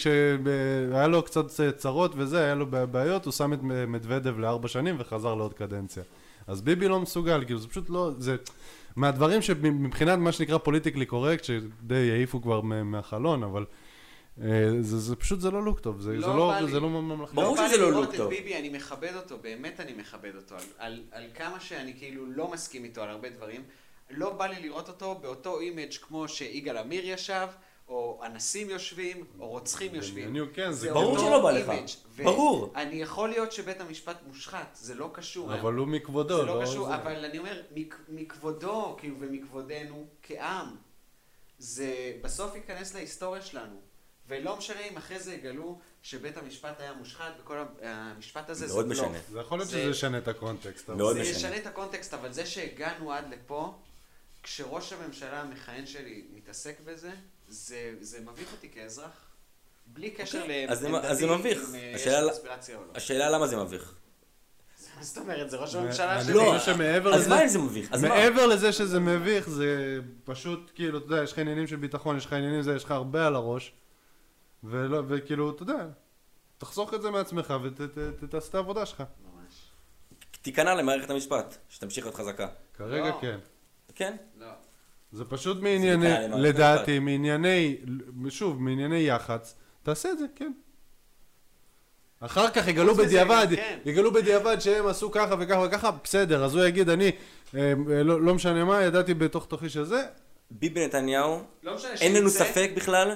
כשהיה לו קצת צרות וזה, היה לו בעיות, הוא שם את מדוודב לארבע שנים וחזר לעוד קדנציה. אז ביבי לא מסוגל, כאילו זה פשוט לא, זה מהדברים שמבחינת מה שנקרא פוליטיקלי קורקט, שדי יעיפו כבר מה- מהחלון, אבל אה, זה, זה פשוט זה לא לוק טוב, זה לא זה לא, בא לי. זה לא ממלכתי. ברור שזה לא לוק לא בא טוב. לי לראות את ביבי, אני מכבד אותו, באמת אני מכבד אותו, על, על, על כמה שאני כאילו לא מסכים איתו על הרבה דברים, לא בא לי לראות אותו באותו אימג' כמו שיגאל עמיר ישב, או אנסים יושבים, או רוצחים יושבים. בדיוק, כן, זה ברור אותו שלא בא לך. אימג'. ו- ברור. אני יכול להיות שבית המשפט מושחת, זה לא קשור. אבל הוא מכבודו, זה לא לא קשור, זה. אבל אני אומר, מכ- מכבודו, כאילו, ומכבודנו כעם. זה בסוף ייכנס להיסטוריה שלנו. ולא משנה אם אחרי זה יגלו שבית המשפט היה מושחת, וכל ה- המשפט הזה זה מאוד בלוף. משנה. זה יכול להיות זה- לא, שזה ישנה את הקונטקסט. אבל- מאוד זה משנה. ישנה את הקונטקסט, אבל זה שהגענו עד לפה, כשראש הממשלה המכהן שלי מתעסק בזה, זה, זה מביך אותי כאזרח. בלי קשר אוקיי, לעמדתי אז זה מ- אז זה מביך. אם אה, יש השאלה- קונספירציה או לא. השאלה למה זה מביך. מה זאת אומרת? זה ראש אני הממשלה שלי. חושב לא, שמעבר אז לזה- מה אם זה מביך? אז מה? מעבר לזה שזה מביך, זה פשוט, כאילו, אתה יודע, יש לך עניינים של ביטחון, יש לך עניינים זה, יש לך הרבה על הראש, ולא, וכאילו, אתה יודע, תחסוך את זה מעצמך ותעשה את העבודה שלך. ממש. תיכנע למערכת המשפט, שתמשיך להיות חזקה. כרגע לא. כן. כן? לא. זה פשוט מענייני, בעיה למערכת לדעתי, מענייני, שוב, מענייני יח"צ, תעשה את זה, כן. אחר כך יגלו חוץ מזה, בדיעבד, גם כן. יגלו בדיעבד שהם עשו ככה וככה וככה, בסדר, אז הוא יגיד, אני, אה, אה, לא לא משנה מה, ידעתי בתוך תוכי שזה, ביבי נתניהו, לא משנה אין לנו שיצא. ספק בכלל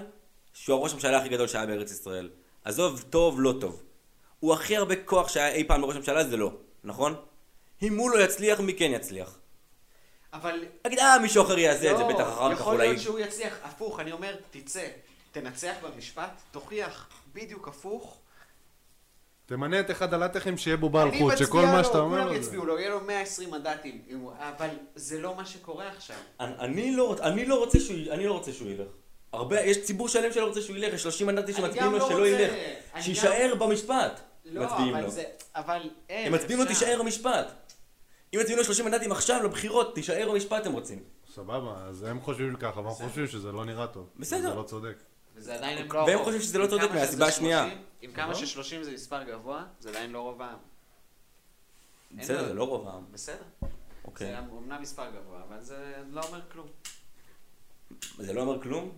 שהוא הראש הממשלה הכי גדול שהיה בארץ ישראל. עזוב, טוב, לא טוב. הוא הכי הרבה כוח שהיה אי פעם לראש הממשלה, זה לא, נכון? אם הוא לא יצליח, מי כן יצליח? אבל נגיד, אה, מישהו אחר יעשה את זה, בטח אחר כך לא, יכול אולי... להיות שהוא יצליח, הפוך, אני אומר, תצא, תנצח במשפט, תוכיח, בדיוק הפוך. תמנה את אחד הלטחים שיהיה בו בעל אני חוץ, מצביע שכל מה לו, שאתה אומר... כולם לו יצביעו לו, יהיה לו 120 מנדטים, אם הוא- אבל זה לא מה שקורה עכשיו. אני- אני לא רוצ- אני לא רוצה שהוא- אני לא רוצה שהוא ילך. הרבה, יש ציבור שלם שלא רוצה שהוא ילך, יש 30 מנדטים אני שמצביעים גם לו לא שלא רוצה, ילך. אני גם- שיישאר במשפט. לא, מצביעים אבל לו. זה, אבל אין, הם מצביעים לו, אפשר. תישאר במשפט. אם מצביעים לו 30 מנדטים עכשיו לבחירות, תישאר במשפט הם רוצים. סבבה, אז הם חושבים ככה, אבל הם חושבים שזה לא נראה טוב. בסדר. זה לא צודק. וזה עדיין הם לא והם הרוב. חושבים שזה לא עם צודק כמה שזה מהסיבה השנייה. נכון. 30, עם כמה ש-30 זה מספר גבוה, זה עדיין לא רוב העם. אין בסדר, לו- זה לא רוב העם. בסדר. אוקיי. זה אומנם מספר גבוה, אבל זה לא אומר כלום. זה לא אומר כלום?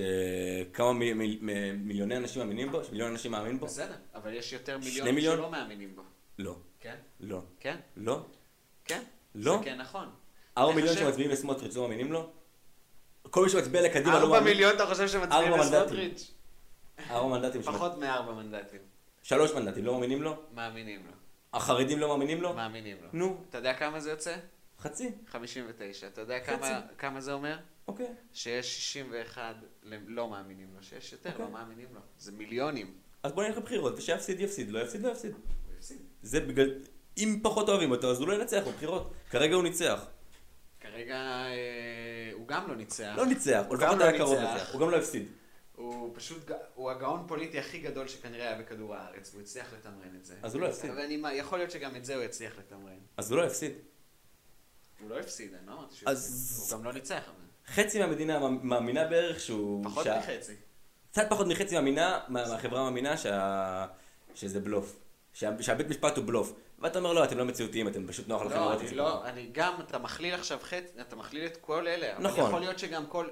שכמה מי- מי- מי- מיליוני אנשים מאמינים בו? שמיליון אנשים מאמין בו? בסדר, אבל יש יותר שני מיליון מיליון? שלא מאמינים בו. לא. כן? לא. כן? לא. כן. לא? זה כן נכון. ארבע אני מיליון חושב- שמצביעים לסמוטריץ' לא מאמינים לו? כל מי שמצביע לקדימה לא ארבע מאמין. מיליון אתה חושב שמצביעים ארבע מנדטים. לסמוטריץ'? ארבע מנדטים. שמצ- פחות מארבע מנדטים. שלוש מנדטים, לא מאמינים לו? מאמינים לו. החרדים לא מאמינים לו? מאמינים לו. נו, אתה יודע כמה זה יוצא? חצי, 59. אתה יודע כמה- חצי. כמה זה אומר? אוקיי. שיש 61 ל- לא מאמינים לו, שיש יותר אוקיי. לא מאמינים לו. זה מיליונים. אז בוא נלך לבחירות, ושיפסיד יפסיד, לא יפסיד לא יפסיד. הוא הפסיד. זה בגלל... אם פחות אוהבים אותו, אז הוא לא ינצח בבחירות. כרגע הוא ניצח. כרגע אה, הוא גם לא ניצח. לא ניצח, הוא הוא גם לפחות לא היה קרוב ניצח. לניצח, הוא גם לא הפסיד. הוא פשוט, ג- הוא הגאון פוליטי הכי גדול שכנראה היה בכדור הארץ, והוא הצליח לתמרן את זה. אז הוא לא הפסיד. אבל אני, מה- יכול להיות שגם את זה הוא יצליח לתמרן. אז הוא לא הפסיד. הוא לא הפסיד, אני לא אמרתי שהוא אז- הפסיד. הוא גם לא ניצח, אבל. חצי מהמדינה מאמ- מאמינה בערך שהוא... פחות שה- מחצי. קצת פחות מחצי מאמינה, מה- מהחברה מאמינה שה... שזה בלוף. שה... שהבית משפט הוא בלוף. ואתה אומר, לא, אתם לא מציאותיים, אתם פשוט נוח לכם לא, לראות את אני זה. לא, אני גם, אתה מכליל עכשיו חצי, אתה מכליל את כל אלה. נכון. אבל נכון. יכול להיות שגם כל,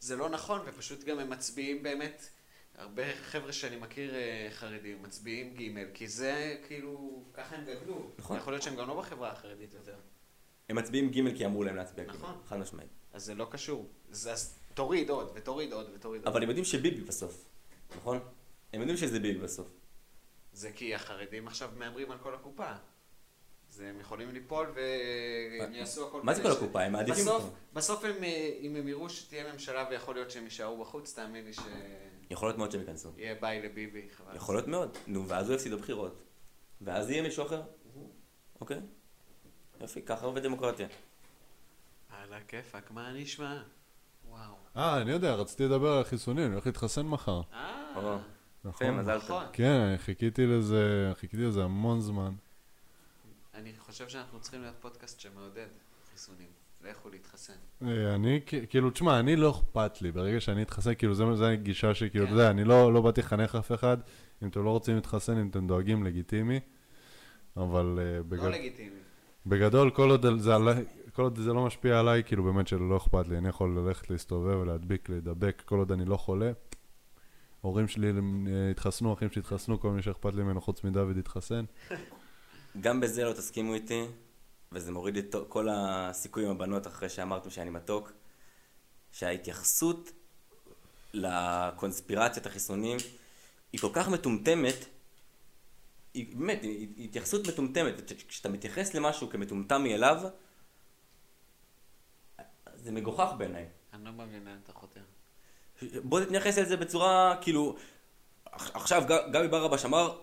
זה לא נכון, ופשוט גם הם מצביעים באמת, הרבה חבר'ה שאני מכיר אה, חרדים, מצביעים ג', כי זה כאילו, ככה הם גדלו. נכון. יכול להיות שהם גם לא בחברה החרדית יותר. הם מצביעים ג' כי אמרו להם להצביע ג', נכון. חד משמעית. אז זה לא קשור. אז, אז תוריד עוד, ותוריד עוד, ותוריד עוד. אבל הם יודעים שביבי בסוף, נכון? הם יודעים שזה ביבי בסוף. זה כי החרדים עכשיו מהמרים על כל הקופה. אז הם יכולים ליפול והם מה- יעשו הכל. מה זה כדי כל הקופה? הם מעדיפים בסוף- אותו. בסוף הם, אה, אם הם יראו שתהיה ממשלה ויכול להיות שהם יישארו בחוץ, תאמין לי שיהיה יכול להיות מאוד שהם ייכנסו. ביי לביבי, חבל. יכול להיות מאוד. נו, ואז הוא יפסיד בבחירות. ואז יהיה מישהו אחר. אוקיי? יופי, ככה עובד דמוקרטיה. על הכיפאק, מה נשמע? וואו. אה, אני יודע, רציתי לדבר על החיסונים, אני הולך להתחסן מחר. ברור. אה, יפה, נכון? מזל טוב. נכון. כן, אני חיכיתי לזה, חיכיתי לזה המון זמן. אני חושב שאנחנו צריכים להיות פודקאסט שמעודד חיסונים. לכו להתחסן. אה, אני, כ- כאילו, תשמע, אני לא אכפת לי, ברגע שאני אתחסן, כאילו, זה- זה הגישה שכאילו, כן. אתה יודע, אני לא לא באתי לחנך אף אחד, אם אתם לא רוצים להתחסן, אם אתם דואגים, לגיטימי, אבל אה, לא בגד- לגיטימי. בגדול, כל עוד זה עלי- כל עוד זה לא משפיע עליי, כאילו, באמת שלא אכפת לי, אני יכול ללכת להסתובב ולהדביק, להידבק, כל עוד אני לא חולה. ההורים שלי אה, התחסנו, אחים שלי התחסנו, כל מי שאכפת לי ממנו חוץ מדוד התחסן. גם בזה לא תסכימו איתי, וזה מוריד את כל הסיכוי עם הבנות אחרי שאמרתם שאני מתוק, שההתייחסות לקונספירציית החיסונים היא כל כך מטומטמת, היא באמת, היא היא התייחסות מטומטמת, כש- כשאתה מתייחס למשהו כמטומטם מאליו, זה מגוחך בעיניי. אני לא מבין לאן אתה חותר. בוא תתייחס לזה בצורה, כאילו, עכ- עכשיו ג- גבי ברבש אמר,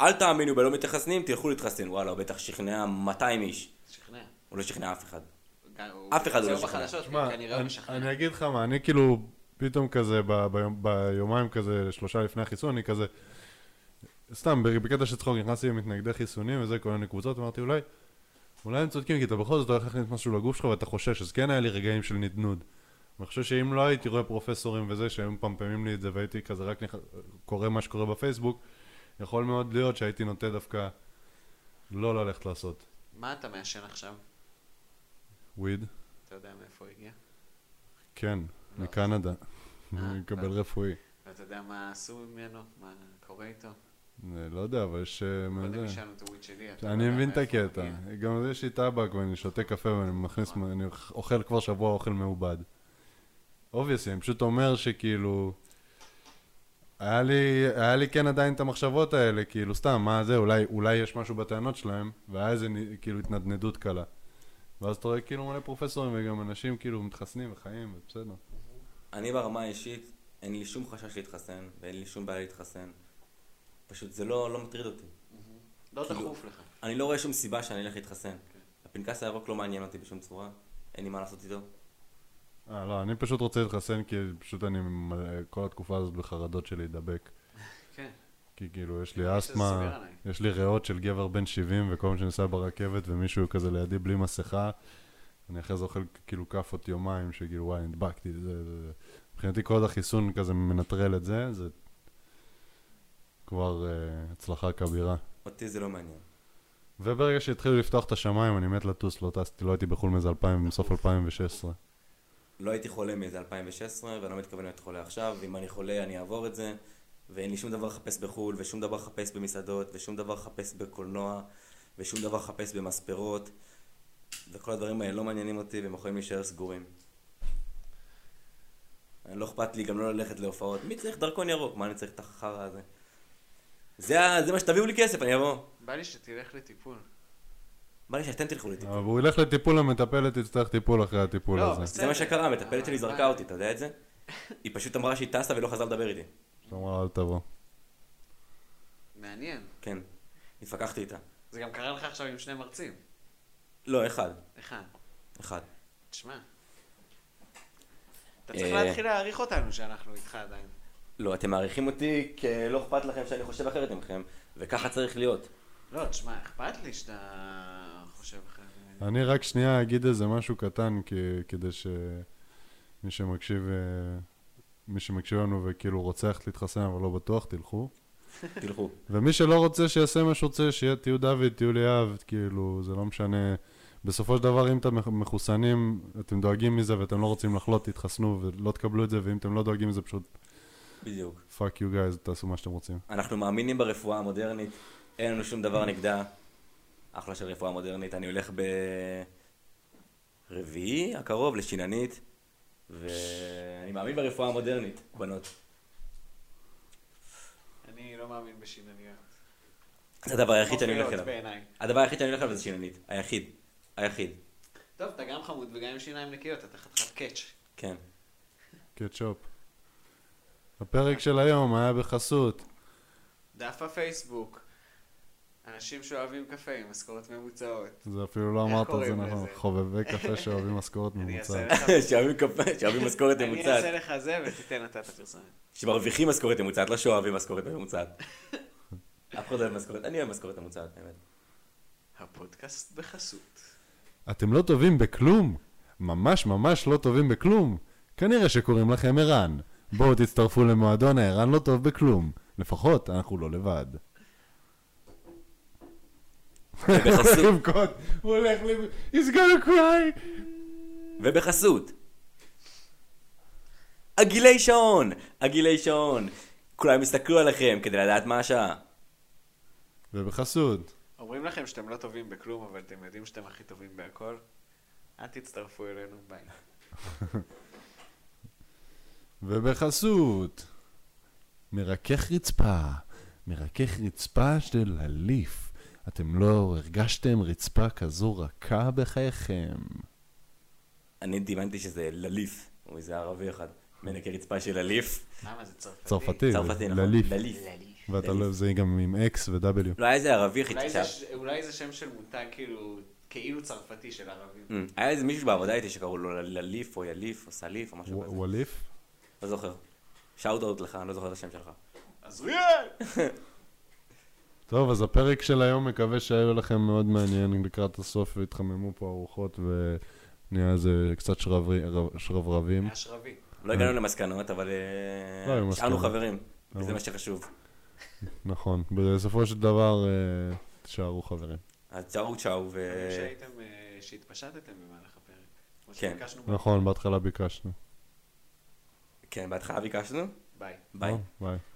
אל תאמינו בלא מתחסנים, תלכו להתחסן. וואלה, הוא בטח שכנע 200 איש. שכנע. הוא לא שכנע אף אחד. גם- הוא- אף אחד לא זה שכנע. בחדשות, תשמע, כן, כנראה הוא אני- משכנע. אני אגיד לך מה, אני כאילו, פתאום כזה, ב- ביום- ביומיים כזה, שלושה לפני החיסון, אני כזה, סתם, ב- בקטע של צחוק, נכנסתי למתנגדי חיסונים וזה, כל מיני קבוצות, אמרתי, אולי, אולי הם צודקים, כי אתה בכל זאת הולך להכניס משהו לגוף שלך ואתה חושש, אז כן היה לי רגעים של נדנוד. אני חושב שאם לא הייתי רואה פרופסורים וזה, שהם מפמפמים לי את זה, והייתי כזה רק נכ... קורא מה שקורה בפייסבוק, יכול מאוד להיות שהייתי נוטה דווקא לא ללכת לעשות מה אתה מעשן עכשיו? וויד. אתה יודע מאיפה הוא הגיע? כן, מקנדה. אה, אני מקבל לא. רפואי. ואתה יודע מה עשו ממנו? מה קורה איתו? אני לא יודע, אבל יש... אה, מה קודם זה? השאלנו את הוויד שלי. אתה אני יודע מבין את מאיפה הוא הקטע. מגיע. גם יש לי טבק ואני שותה קפה ואני מכניס... נכון. אני אוכל כבר שבוע אוכל מעובד. אובייסי, אני פשוט אומר שכאילו... היה לי, היה לי כן עדיין את המחשבות האלה, כאילו סתם, מה זה, אולי, אולי יש משהו בטענות שלהם, והיה איזה נ- כאילו התנדנדות קלה. ואז אתה רואה כאילו מלא פרופסורים וגם אנשים כאילו מתחסנים וחיים, ובסדר. אני ברמה האישית, אין לי שום חשש להתחסן, ואין לי שום בעיה להתחסן. פשוט זה לא, לא מטריד אותי. לא כאילו- דחוף לך. אני לא רואה שום סיבה שאני אלך להתחסן. הפנקס הירוק לא מעניין אותי בשום צורה, אין לי מה לעשות איתו. אה, לא, אני פשוט רוצה להתחסן כי פשוט אני מלא- כל התקופה הזאת בחרדות של להידבק. כן. כי כאילו, יש שזה לי סיגר אסתמה, עליי. יש לי ריאות של גבר בן 70, וכל פעם שנוסע ברכבת ומישהו כזה לידי בלי מסכה, אני אחרי זה אוכל כאילו כאפות יומיים, שכאילו, וואי, נדבקתי, זה... זה- זה. מבחינתי כל עוד החיסון כזה מנטרל את זה, זה כבר אה, הצלחה כבירה. אותי זה לא מעניין. וברגע שהתחילו לפתוח את השמיים, אני מת לטוס, לא טסתי, לא הייתי בחו"ל מאיזה 2000, מסוף 2016. לא הייתי חולה מאיזה 2016, ואני לא מתכוון להיות חולה עכשיו, ואם אני חולה אני אעבור את זה, ואין לי שום דבר לחפש בחו"ל, ושום דבר לחפש במסעדות, ושום דבר לחפש בקולנוע, ושום דבר לחפש במספרות, וכל הדברים האלה לא מעניינים אותי, והם יכולים להישאר סגורים. אני לא אכפת לי גם לא ללכת להופעות. מי צריך דרכון ירוק? מה אני צריך את החרא הזה? זה, ה- זה מה שתביאו לי כסף, אני אבוא. בא לי שתלך לטיפול. בא לי שאתם תלכו לטיפול. אבל הוא ילך לטיפול המטפלת, יצטרך טיפול אחרי הטיפול לא, הזה. בסדר. זה מה שקרה, המטפלת שלי אה, זרקה אה. אותי, אתה יודע את זה? היא פשוט אמרה שהיא טסה ולא חזרה לדבר איתי. אמרה, אל תבוא. מעניין. כן. התפקחתי איתה. זה גם קרה לך עכשיו עם שני מרצים. לא, אחד. אחד. אחד. תשמע. אתה צריך אה. להתחיל להעריך אותנו שאנחנו איתך עדיין. לא, אתם מעריכים אותי כי לא אכפת לכם שאני חושב אחרת ממכם, וככה צריך להיות. לא, תשמע, אכפת לי שאתה חושב אחרת. ממני. אני רק שנייה אגיד איזה משהו קטן, כי, כדי שמי שמקשיב, אה, מי שמקשיב לנו וכאילו רוצה ללכת להתחסן, אבל לא בטוח, תלכו. תלכו. ומי שלא רוצה, שיעשה מה שהוא רוצה, שיהיה תהיו דוד, תהיו ליאב, כאילו, זה לא משנה. בסופו של דבר, אם אתם מח- מחוסנים, אתם דואגים מזה ואתם לא רוצים לחלות, תתחסנו ולא תקבלו את זה, ואם אתם לא דואגים מזה, פשוט בדיוק. fuck you guys, תעשו מה שאתם רוצים. אנחנו מאמינים ברפואה המודרנית, אין לנו שום דבר נגדה. אחלה של רפואה מודרנית. אני הולך ב... רביעי הקרוב לשיננית, ואני מאמין ברפואה המודרנית, בנות. אני לא מאמין בשינניות. זה הדבר היחיד שאני הולך מופיעות אליו. בעיניי. הדבר היחיד שאני הולך אליו זה שיננית. היחיד. היחיד. טוב, אתה גם חמוד וגם עם שיניים נקיות, אתה חתיכת קאץ'. כן. קטשופ. הפרק של היום היה בחסות. דף הפייסבוק. אנשים שאוהבים קפה עם משכורות ממוצעות. זה אפילו לא איך אמרת את זה קוראים נכון. לזה? חובבי קפה שאוהבים משכורת אני אעשה ממוצעת. לך- שאוהבים קפה- שאוהבים משכורת אני אעשה ממוצעת. לך זה ותיתן אתה את הפרסומת. שמרוויחים משכורת ממוצעת, לא שאוהבים משכורת ממוצעת. אף אחד לא אוהב משכורת, אני אוהב משכורת ממוצעת, האמת. הפודקאסט בחסות. אתם לא טובים בכלום? ממש ממש לא טובים בכלום? כנראה שקוראים לכם ערן. בואו תצטרפו למועדון הערן לא טוב בכלום. לפחות אנחנו לא לבד. ובחסות- לבכות, הוא הולך ל... He's gonna cry! ובחסות. הגילי שעון! הגילי שעון! כולם יסתכלו עליכם כדי לדעת מה השעה. ובחסות. אומרים לכם שאתם לא טובים בכלום, אבל אתם יודעים שאתם הכי טובים בהכל? אל תצטרפו אלינו, ביי. ובחסות. מרכך רצפה. מרכך רצפה של הליף. אתם לא הרגשתם רצפה כזו רכה בחייכם. אני דמיינתי שזה לליף, או איזה ערבי אחד. מנקה רצפה של לליף. למה זה צרפתי? צרפתי, צרפתי, נכון? אה, לליף. לליף. ואתה לא, זה גם עם X ו-W. לא, היה איזה ערבי אולי חיצי זה שם. ש- אולי זה שם של מותג כאילו, כאילו צרפתי של ערבים. אמ, היה איזה מישהו בעבודה איתי שקראו לו לליף, או יליף, או סליף, או משהו כזה. הוא הליף? לא זוכר. שאוט אאוט לך, אני לא זוכר את השם שלך. עזריאל! טוב, אז הפרק של היום, מקווה שהיה לכם מאוד מעניין לקראת הסוף, והתחממו פה הרוחות ונהיה איזה קצת שרברי- רב- שרברבים. היה שרבי. לא הגענו למסקנות, אבל אה, לא היו נשארנו מסקנות. חברים, אבל- וזה מה שחשוב. נכון. בסופו של דבר, אה, תישארו חברים. אז צ'או צ'או, ו... אני חושב שהייתם, אה, שהתפשטתם במהלך הפרק. כמו כן. שביקשנו, לא. נכון, בהתחלה ביקשנו. כן, בהתחלה ביקשנו, ביי. ביי. ביי.